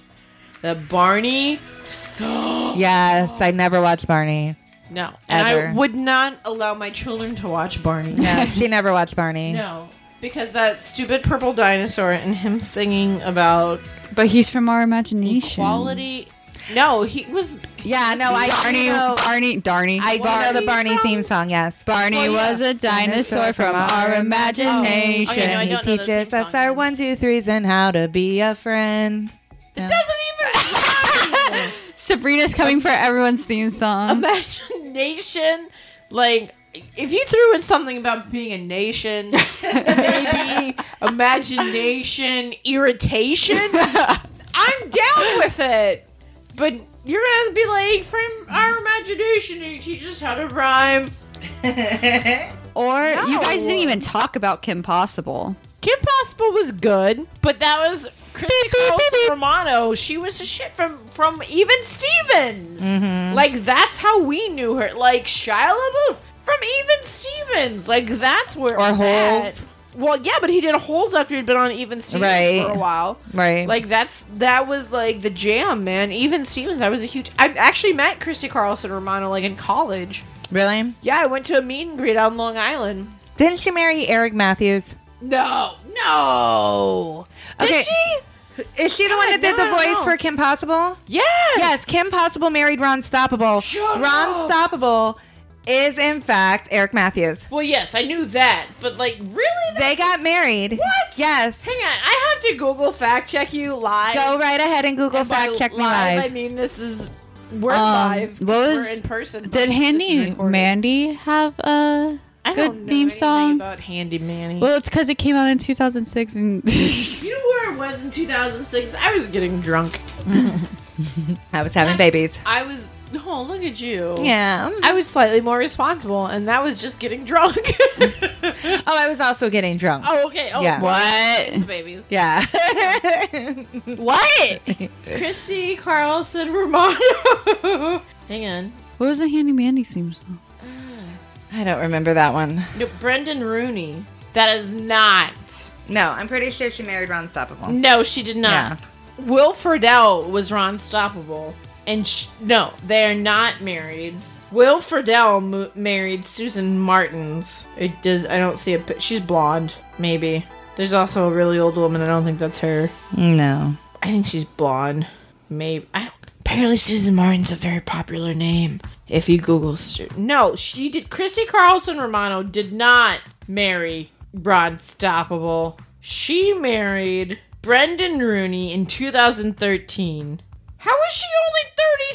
S5: that Barney so
S2: Yes, I never watched Barney.
S5: no, and I
S2: Ever.
S5: would not allow my children to watch Barney.
S2: No, she never watched Barney.
S5: No, because that stupid purple dinosaur and him singing about
S4: But he's from our imagination.
S5: equality. No, he was.
S2: Yeah, no, I
S4: Barney,
S2: do know,
S4: Barney, Darny.
S2: I do know the
S5: Barney
S2: Barney
S5: from-
S2: theme song. Yes,
S4: Barney
S5: Oh, yeah.
S4: was a dinosaur
S2: Dinosaur
S4: from
S2: from
S4: our
S2: our Oh,
S4: imagination.
S5: Okay, no, Oh, I
S2: he
S5: don't know the
S2: teaches
S5: theme
S2: us
S5: song
S2: our
S5: then.
S2: one, two, threes, and how to be a friend.
S5: It doesn't even have
S4: Sabrina's coming for everyone's theme song.
S5: imagination. Like, if you threw in something about being a nation, maybe imagination, irritation, I'm down with it. But you're gonna have to be like, from our imagination, and you teach us how to rhyme.
S4: Or you guys
S5: No.
S4: didn't even talk about Kim Possible.
S5: Kim Possible was good, but that was Christy Carlson Romano. She was a shit from from even Stevens.
S2: Mm-hmm.
S5: Like that's how we knew her. Like Shia LaBeouf from even Stevens. Like that's where
S2: Or
S5: it was at.
S2: Holes.
S5: Well, yeah, but he did holes after he'd been on Even Stevens
S2: Right.
S5: for a while.
S2: Right.
S5: Like that's that was like the jam, man. Even Stevens, I was a huge. I actually met Christy Carlson Romano like in college.
S2: really?
S5: Yeah, I went to a meet and greet on Long Island.
S2: Didn't she marry Eric Matthews?
S5: No, no. Did
S2: Okay.
S5: she?
S2: Is she the
S5: God,
S2: one that did
S5: no,
S2: the
S5: no,
S2: voice
S5: no.
S2: for Kim Possible?
S5: Yes.
S2: Yes, Kim Possible married Ron Stoppable.
S5: Shut
S2: Ron
S5: up.
S2: Stoppable is in fact Eric Matthews.
S5: Well, yes, I knew that, but like, really?
S2: They got married.
S5: What?
S2: Yes.
S5: Hang on, I have to Google fact check you live.
S2: Go right ahead and Google
S5: And by
S2: fact check me
S5: live,
S2: live.
S5: I mean, this is we're
S4: Um,
S5: live.
S4: what was-
S5: we're in person. but
S4: Did
S5: this is
S4: Handy
S5: recorded.
S4: Mandy have a
S5: I
S4: good
S5: don't know
S4: theme
S5: anything
S4: song?
S5: about Handy Manny?
S4: Well, it's because it came out in 2006, and
S5: you know where I was in 2006? I was getting drunk.
S2: I was having babies.
S5: I was. Oh, look at you.
S2: Yeah.
S5: I was slightly more responsible, and that was just getting drunk. oh,
S2: Oh, I was also getting drunk.
S5: okay. Oh,
S2: Yeah.
S4: what?
S5: babies.
S2: Yeah.
S4: What?
S5: Christy Carlson Romano. Hang on.
S4: What was the Handy Mandy theme song?
S2: I don't remember that one.
S5: No, Brendan Rooney. That is not.
S2: No, I'm pretty sure she married Ron Stoppable.
S5: No, she did not. Will Friedle was Ron Stoppable. And sh- no, they are not married. Will Friedle mo- married Susan Martins. It does. I don't see a. pi- She's blonde, maybe. There's also a really old woman. I don't think that's her.
S2: No.
S5: I think she's blonde. Maybe. I don't. Apparently, Susan Martin's a very popular name. If you Google, Su- no, she did. Christy Carlson Romano did not marry Rod Stoppable. She married Brendan Rooney in 2013. How is she only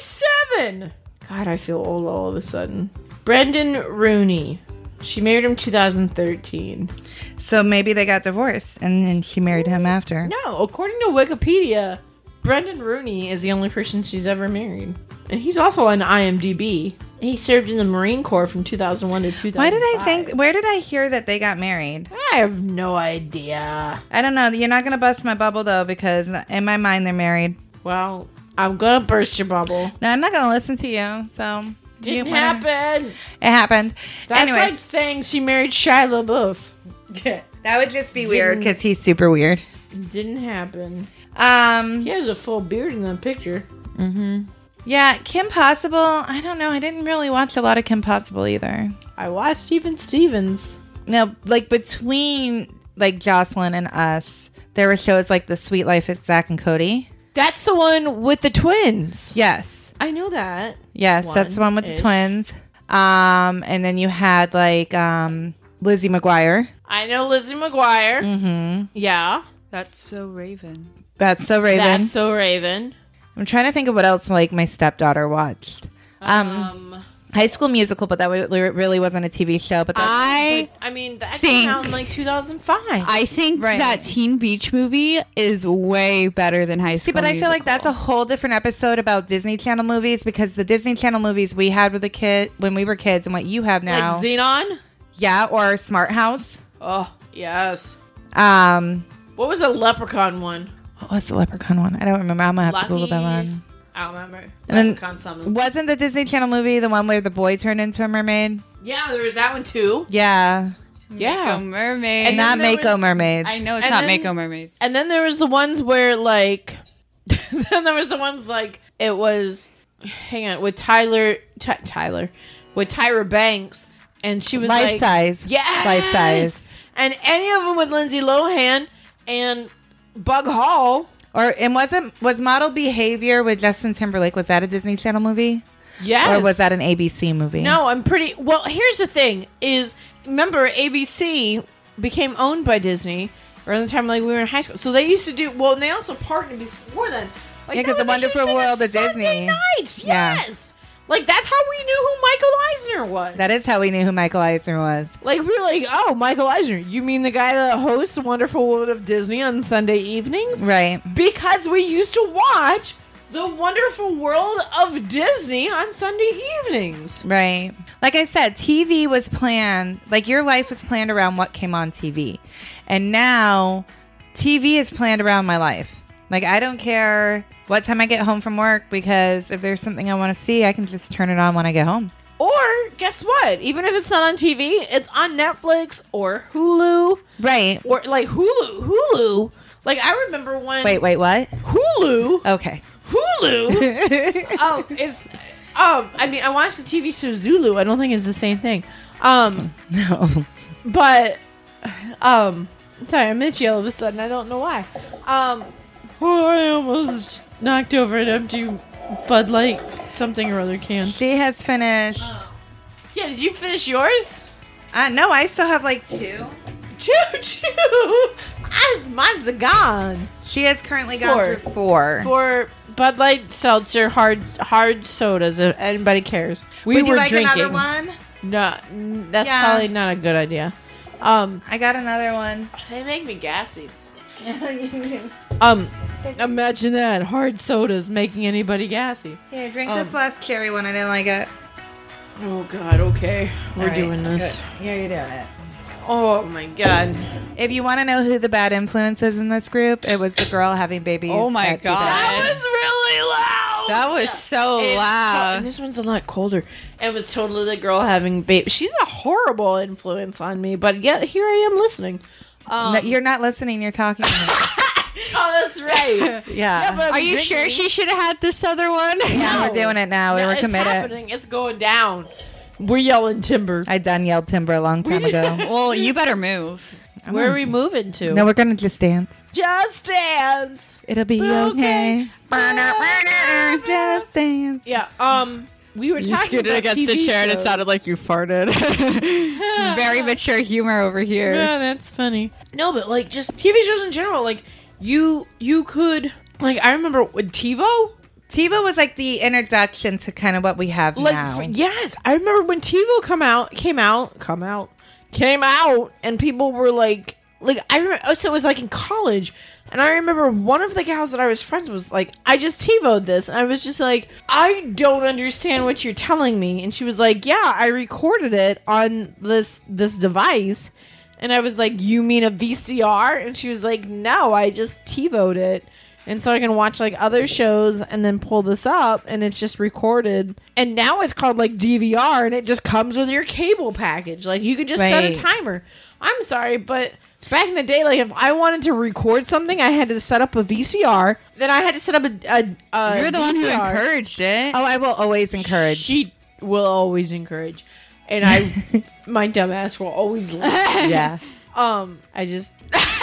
S5: 37? God, I feel old all of a sudden. Brendan Rooney. She married him 2013.
S2: So maybe they got divorced and then she married him after.
S5: No, according to Wikipedia, Brendan Rooney is the only person she's ever married. And he's also on IMDb. He served in the Marine Corps from 2001 to 2005.
S2: Why did I think where did I hear that they got married?
S5: I have no idea.
S2: I don't know. You're not gonna bust my bubble though, because in my mind they're married.
S5: Well, I'm gonna burst your bubble.
S2: No, I'm not gonna listen to you. So do you
S5: Didn't
S2: wanna-
S5: happen.
S2: It happened.
S5: That's
S2: Anyway,
S5: like saying she married Shia LaBeouf.
S2: that would just be weird because he's super weird.
S5: Didn't happen.
S2: Um,
S5: He has a full beard in that picture.
S2: yeah, Kim Possible. I don't know. I didn't really watch a lot of Kim Possible either.
S5: I watched even Stevens.
S2: No, like between like Jocelyn and us, there were shows like The Sweet Life of Zach and Cody.
S5: That's the one with the twins.
S2: Yes,
S5: I know that.
S2: yes, that's the one with the
S5: One-ish.
S2: twins. Um, and then you had like um Lizzie McGuire.
S5: I know Lizzie McGuire.
S2: Mm-hmm.
S5: Yeah.
S4: That's so Raven.
S2: That's so Raven.
S5: That's so Raven.
S2: I'm trying to think of what else like my stepdaughter watched. Um,
S5: Um,
S2: High School Musical, but that wa- li- really wasn't a TV show. But
S5: Ah,
S2: that's,
S4: I
S5: I mean, that
S4: Think.
S5: came out in like 2005.
S4: I think
S2: Right.
S4: that Teen Beach movie is way better than High School.
S2: see, but I feel like that's a
S4: Musical.
S2: whole different episode about Disney Channel movies because the Disney Channel movies we had with the kid when we were kids and what you have now,
S5: Like Xenon.
S2: yeah, or Smart House.
S5: Oh yes.
S2: Um,
S5: What was a leprechaun one?
S2: what was the Leprechaun one? I don't remember. I'm gonna have to Google that
S5: Lucky-
S2: one.
S5: I don't remember.
S2: And then-
S5: leprechaun something.
S2: Wasn't the Disney Channel movie the one where the boy turned into a mermaid?
S5: Yeah, there was that one too.
S2: Yeah,
S5: Yeah.
S4: Mako Mermaid.
S2: and not
S5: then there
S2: Mako
S5: was-
S2: Mermaids.
S4: I know it's
S5: And
S4: not
S5: then-
S4: Mako Mermaid.
S5: And then there was the ones where like, then there was the ones like it was, hang on, with Tyler, Ty Tyler, with Tyra Banks, and she was
S2: Life
S5: like,
S2: size.
S5: yeah,
S2: Life size.
S5: and any of them with Lindsay Lohan and Bug Hall.
S2: Or and wasn't was Model Behavior with Justin Timberlake? Was that a Disney Channel movie?
S5: Yes.
S2: Or was that an ABC movie?
S5: No, I'm pretty. Well, here's the thing: is remember ABC became owned by Disney around the time like we were in high school, so they used to do. Well, and they also partnered before then. Like,
S2: Yeah, 'cause
S5: that
S2: The
S5: was a huge
S2: Wonderful
S5: thing on
S2: World of
S5: Sunday
S2: Disney.
S5: Nights,
S2: Yeah.
S5: yes. Like that's how we knew who Michael Eisner was.
S2: That is how we knew who Michael Eisner was.
S5: like we were like, oh, Michael Eisner. You mean the guy that hosts Wonderful World of Disney on Sunday evenings?
S2: Right.
S5: Because we used to watch the Wonderful World of Disney on Sunday evenings.
S2: Right. Like I said, TV was planned, like your life was planned around what came on TV. And now TV is planned around my life. Like I don't care what time I get home from work because if there's something I want to see, I can just turn it on when I get home.
S5: Or guess what? Even if it's not on TV, it's on Netflix or Hulu
S2: Right.
S5: or like Hulu, Hulu. Like I remember when
S2: Wait, Oh. wait, what?
S5: Hulu,
S2: Okay.
S5: Hulu. oh, is um. I mean, I watched the TV show Zulu. I don't think it's the same thing. Um,
S2: no.
S5: but um, I'm sorry, I'm itchy all of a sudden. I don't know why. Um, oh, I almost knocked over an empty Bud Light something or other can.
S2: She has finished.
S5: Yeah, did you finish yours?
S2: Uh, no, I still have like two.
S5: Choo choo! I- Ah, Mine's gone.
S2: She has currently gone
S5: Four.
S2: through four.
S5: For Bud Light Seltzer hard hard sodas, if anybody cares. We
S2: Would
S5: were
S2: you like
S5: drinking.
S2: another one?
S5: No, n- that's
S2: Yeah.
S5: probably not a good idea. Um,
S2: I got another one.
S5: they make me gassy. Um, imagine that hard sodas making anybody gassy.
S2: Here, drink
S5: Um,
S2: this last cherry one. I didn't like it.
S5: Oh God. Okay, we're
S2: All right,
S5: doing this.
S2: good. Yeah, you're doing it.
S5: Oh my God.
S2: If you want to know who the bad influence is in this group, it was the girl having babies.
S4: Oh my
S2: at two
S4: God.
S2: dollars.
S5: That was really loud.
S4: That was so
S5: It's so- and
S4: loud.
S5: this one's a lot colder. It was totally the girl having baby. She's a horrible influence on me, but yet here I am listening. Um,
S2: No, you're not listening. You're talking.
S5: oh, that's right.
S2: yeah.
S5: but I'm
S4: Are you
S5: drinking.
S4: sure she should have had this other one?
S2: yeah, we're doing it now.
S5: No,
S2: we were
S5: it's
S2: committed.
S5: happening. It's going down. We're yelling timber.
S2: I done yelled timber a long time ago.
S4: Well, you better move.
S5: Where are we moving to?
S2: no, we're gonna just dance.
S5: Just dance.
S2: It'll be okay.
S5: Okay.
S2: Burner, burner, just dance.
S5: Yeah. Um, we were talking about TV shows.
S4: like you farted. Very mature humor over here.
S5: Yeah, that's funny. No, but like just TV shows in general. Like you, you could like I remember with TiVo.
S2: TiVo was like the introduction to kind of what we have
S5: like
S2: now.
S5: f- yes i remember when tivo come out came out come out came out and people were like like i re- oh, so it was like in college and i remember one of the gals that i was friends with was like i just tivoed this and i was just like i don't understand what you're telling me and she was like yeah i recorded it on this this device and i was like you mean a vcr and she was like no i just tivoed it And so I can watch like other shows and then pull this up and it's just recorded. And now it's called like DVR and it just comes with your cable package. Like you can just set a
S2: Right.
S5: timer. I'm sorry, but back in the day, like if I wanted to record something, I had to set up a VCR. Then I had to set up a. a, a
S4: You're the one who
S5: VCR.
S4: encouraged it.
S2: Oh, I will always encourage.
S5: She will always encourage. And I, my dumbass will always laugh.
S2: yeah.
S5: Um, I just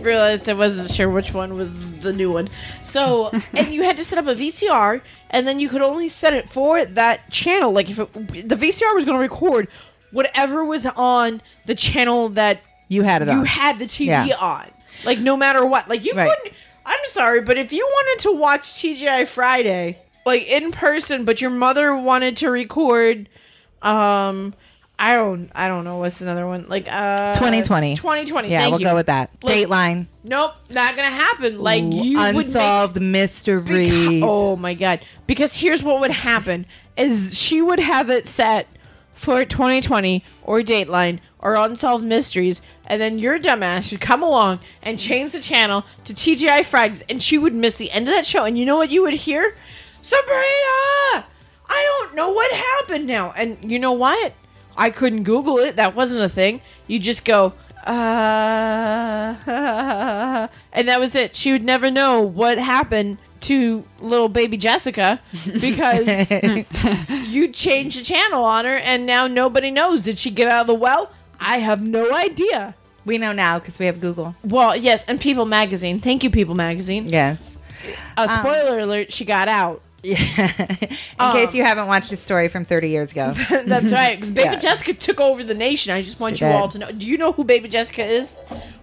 S5: realized I wasn't sure which one was the new one. So, and you had to set up a VCR, and then you could only set it for that channel. Like if it, the VCR was going to record whatever was on the channel that
S2: You had it
S5: you
S2: on.
S5: had the TV
S2: Yeah.
S5: on. Like no matter what. Like you
S2: Right.
S5: couldn't I'm sorry, but if you wanted to watch TGI Friday, like in person, but your mother wanted to record um I don't I don't know what's another one. Like uh
S2: 2020.
S5: 2020.
S2: yeah,
S5: thank
S2: we'll
S5: you.
S2: go with that.
S5: Like,
S2: Dateline.
S5: Nope, not gonna happen. Like
S2: Ooh,
S5: you would make
S2: unsolved mysteries.
S5: Beca- oh my god! Because here's what would happen: is she would have it set for 2020 or Dateline or Unsolved Mysteries, and then your dumbass would come along and change the channel to TGI Fridays, and she would miss the end of that show. And you know what you would hear? Sabrina, I don't know what happened now. And you know what? I couldn't Google it. That wasn't a thing. You just go, uh, and that was it. She would never know what happened to little baby Jessica because you changed the channel on her, and now nobody knows. Did she get out of the well? I have no idea.
S2: we know now because we have Google.
S5: Well, yes, and People Magazine. Thank you, People Magazine.
S2: Yes.
S5: Uh, spoiler alert: she got out.
S2: Yeah. Um, In case you haven't watched a story from 30 years ago.
S5: That's right, because Baby
S2: Yeah.
S5: Jessica took over the nation. I just want
S2: She
S5: you all
S2: did.
S5: to know. Do you know who Baby Jessica is?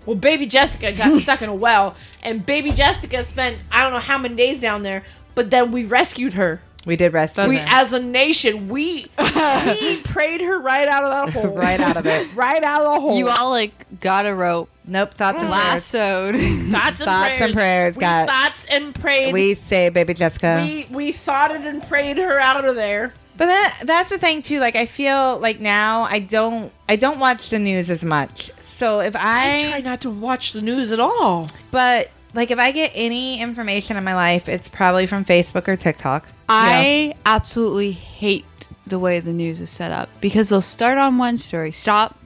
S5: Well, Baby Jessica got stuck in a well, and Baby Jessica spent I don't know how many days down there, but then we rescued her.
S2: We did rest
S5: We, as a nation, we we prayed her right out of that hole,
S2: right out of it.
S5: right out of the hole.
S4: You all like got a rope
S2: Nope. Thoughts and prayers.
S4: lassoed.
S5: thoughts and
S2: thoughts and
S5: prayers,
S2: prayers
S5: we
S2: got-
S5: thoughts and prayed.
S2: We
S5: We,
S2: uh, say, baby Jessica.
S5: we thoughted and prayed her out of there.
S2: But that that's the thing too. Like I feel like now I don't I don't watch the news as much. So if
S5: I
S2: I,
S5: try not to watch the news at all.
S2: but like if I get any information in my life, it's probably from Facebook or TikTok.
S4: I absolutely hate the way the news is set up because they'll start on one story, stop,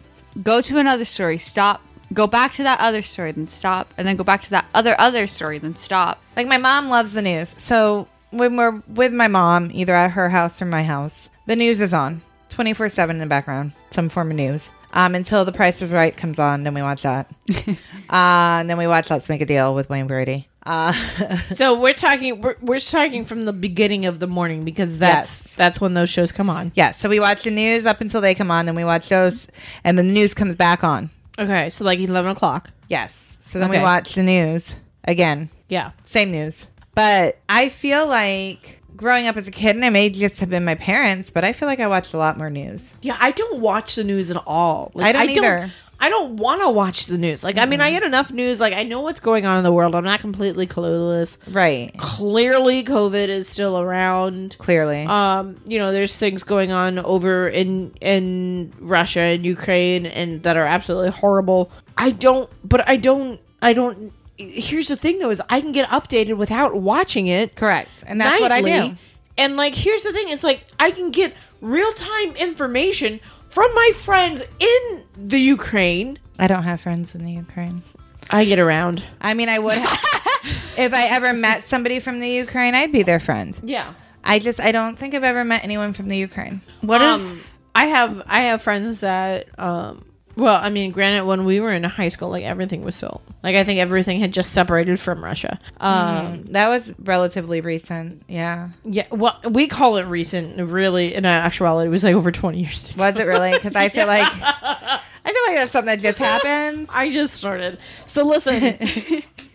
S4: go to another story, stop, go back to that other story, then stop, and then go back to that other other story, then stop.
S2: Like my mom loves the news. So when we're with my mom, either at her house or my house, the news is on 24 7 in the background, some form of news. Um, until the price is right comes on, then we watch that. uh, and then we watch Let's Make a Deal with Wayne Brady. Uh,
S5: So we're talking we're, we're talking from the beginning of the morning because that's that's when those shows come on.
S2: yeah, so we watch the news up until they come on, then we watch those, and then the news comes back on.
S5: Okay, so like eleven o'clock.
S2: Yes. So then
S5: Okay.
S2: we watch the news again.
S5: Yeah.
S2: Same news. But I feel like growing up as a kid, and I may just have been my parents, but I feel like I watched a lot more news.
S5: Yeah, I don't watch the news at all. Like,
S2: I don't either.
S5: I don't want to watch the news. Like, I mean, I get enough news. Like, I know what's going on in the world. I'm not completely clueless.
S2: Right.
S5: Clearly, COVID is still around.
S2: Clearly.
S5: Um, you know, there's things going on over in in Russia and Ukraine and that are absolutely horrible. I don't, but I don't, I don't. Here's the thing though: is I can get updated without watching it.
S2: Correct. And that's what I
S5: nightly.
S2: do.
S5: And like, here's the thing: is like I can get real time information from my friends in the Ukraine.
S2: I don't have friends in the Ukraine.
S5: I get around.
S2: I mean, I would have. if I ever met somebody from the Ukraine, I'd be their friend.
S5: Yeah.
S2: I just, I don't think I've ever met anyone from the Ukraine.
S5: What if Um, I have I have friends that um well, I mean, granted, when we were in high school, like everything was still like I think everything had just separated from Russia. Um,
S2: That was relatively recent. Yeah.
S5: yeah, well, we call it recent, really. In actuality, it was like over twenty years. ago.
S2: Was it really? Because I feel like, I feel like that's something that just happens.
S5: I just started. So listen,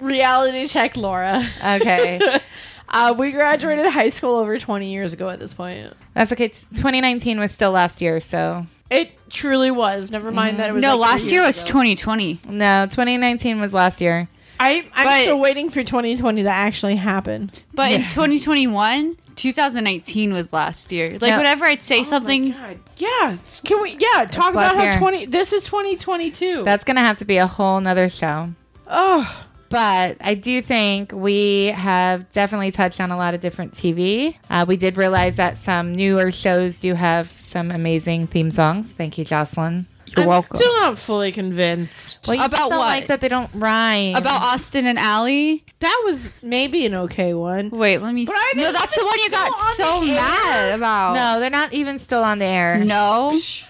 S5: reality check, Laura.
S2: Okay.
S5: Uh, we graduated high school over twenty years ago at this point.
S2: That's okay. It's- 2019 was still last year, so
S5: It truly was. Never mind that it was.
S4: No,
S5: like, three
S4: last year
S5: years
S4: was
S5: ago.
S4: 2020.
S2: no, 2019 was last year.
S5: I I'm
S4: but-
S5: still waiting for 2020 to actually happen.
S4: But in 2021, 2019 was last year. Like
S2: No.
S4: whenever I'd say something,
S5: Oh God. Yeah. S- Can we? Yeah. Talk
S2: last
S5: about how
S2: year.
S5: twenty. This is twenty twenty two.
S2: That's gonna have to be a whole nother show.
S5: Oh
S6: but I do think we have definitely touched on a lot of different TV. Uh, we did realize that some newer shows do have some amazing theme songs. Thank you, Jocelyn. You're
S5: I'm
S6: welcome.
S5: still not fully convinced.
S6: Well, you
S7: About
S6: just don't
S7: what?
S6: Like that they don't rhyme.
S4: About Austin and Allie?
S5: That was maybe an okay one.
S4: Wait, let me.
S5: But I
S4: no,
S5: mean,
S4: that's the one you
S5: still
S4: got
S5: on
S4: so
S5: the air.
S4: mad about.
S6: no, they're not even still on the air.
S4: No.
S5: It's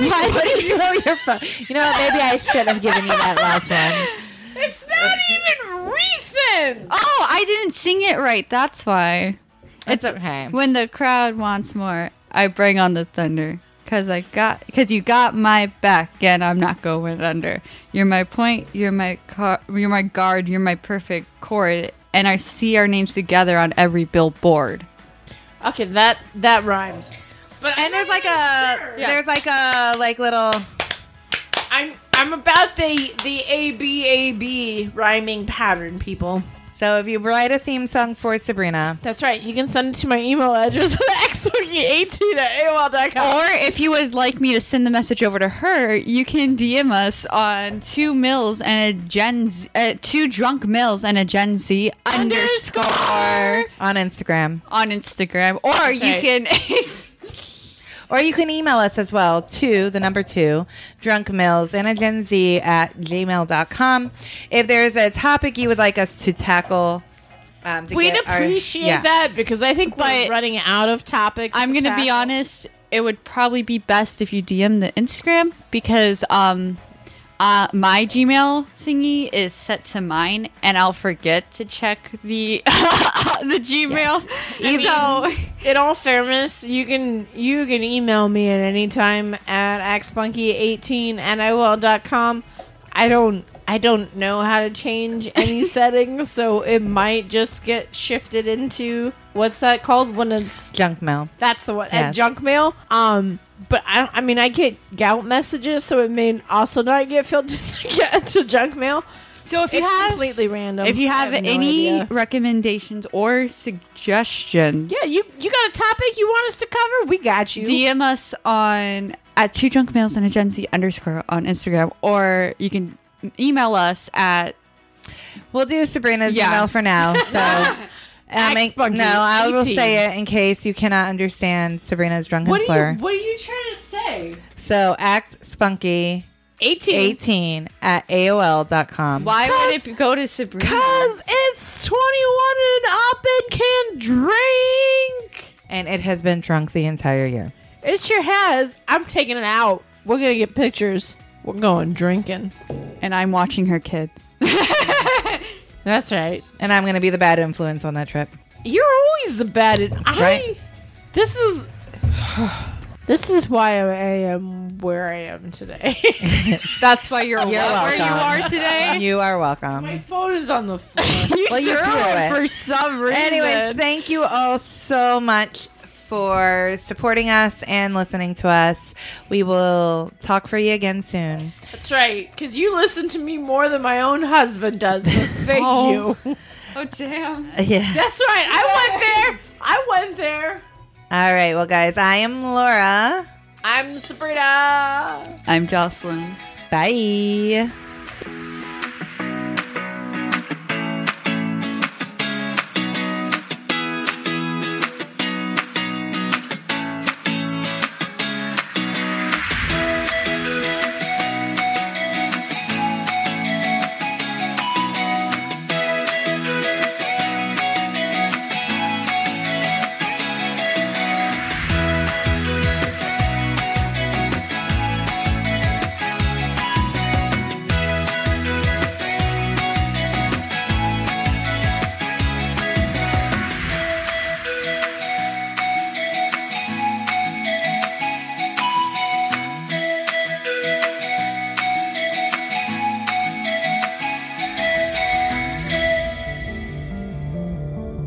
S6: Why
S5: even.
S6: would you throw your phone? You know, what, maybe I should have given you that last one.
S5: It's not even recent.
S4: Oh, I didn't sing it right. That's why.
S6: It's okay.
S4: When the crowd wants more, I bring on the thunder. Cause I got, cause you got my back, and I'm not going under. You're my point. You're my car. You're my guard. You're my perfect chord. And I see our names together on every billboard.
S5: Okay, that that rhymes. But
S2: And there's like a there's like a like little
S5: I'm I'm about the the A B A B rhyming pattern, people.
S2: so if you write a theme song for Sabrina,
S5: That's right. You can send it to my email address xwiki18 at AOL.com.
S4: Or if you would like me to send the message over to her, you can DM us on two mills and a Gen Z, uh, two drunk mills and a Gen Z underscore,
S2: on Instagram.
S4: on Instagram, or you
S5: right.
S4: can.
S2: Or you can email us as well to the number two, drunk mills and a gen Z at gmail.com. If there's a topic you would like us to tackle, um, to
S5: We'd
S2: get our-
S5: appreciate
S2: yeah.
S5: that because I think we're
S4: But-
S5: running out of topics.
S4: I'm
S5: to
S4: gonna be
S5: tackle.
S4: honest. It would probably be best if you DM the Instagram because um, uh, my Gmail thingy is set to mine, and I'll forget to check the the Gmail.
S5: I mean, in all fairness, you can you can email me at any time at axbunky18 at iol.com. I don't I don't know how to change any settings, so it might just get shifted into what's that called when it's
S2: Junk mail.
S5: that's the one
S2: Yes.
S5: at junk mail. Um, but I I mean I get gout messages, so it may also not get filtered to get to junk mail.
S4: so if you
S5: It's
S4: have
S5: completely random.
S4: if you
S5: I
S4: have
S5: no
S4: any
S5: idea.
S4: recommendations or suggestions,
S5: yeah, you you got a topic you want us to cover? We got you.
S4: DM us on at two drunk males and a Gen Z underscore on Instagram, or you can email us at uh,
S2: We'll do Sabrina's
S4: Yeah.
S2: email for now. So. Um,
S5: Axe
S2: I-
S5: Monkey,
S2: no, I will
S5: 18.
S2: say it in case you cannot understand Sabrina's drunken
S5: What are
S2: slur.
S5: you What are you trying to say?
S2: So act spunky
S5: 18.
S2: 18 at AOL.com.
S4: why would it go to Sabrina?
S5: Cause it's 21 and up and can drink.
S2: And it has been drunk the entire year.
S5: It sure has. I'm taking it out. We're gonna get pictures. We're going drinking.
S4: and I'm watching her kids.
S5: That's right.
S2: And I'm going to be the bad influence on that trip.
S5: You're always the bad. At, I.
S2: right.
S5: This is. This is why I am where I am today.
S4: That's why you're,
S2: where you welcome. are
S4: today.
S2: You are
S5: My
S2: welcome.
S5: phone is on the floor.
S2: Well, you threw it.
S5: For some reason.
S2: Anyways, thank you all so much for supporting us and listening to us. We will talk for you again soon.
S5: That's right. Because you listen to me more than my own husband does. So thank
S4: Oh.
S5: you.
S4: Oh damn!
S2: Yeah.
S5: That's right. I went there. I went there.
S2: All right. Well, guys, I am Laura.
S5: I'm Sabrina.
S4: I'm Jocelyn.
S2: Bye.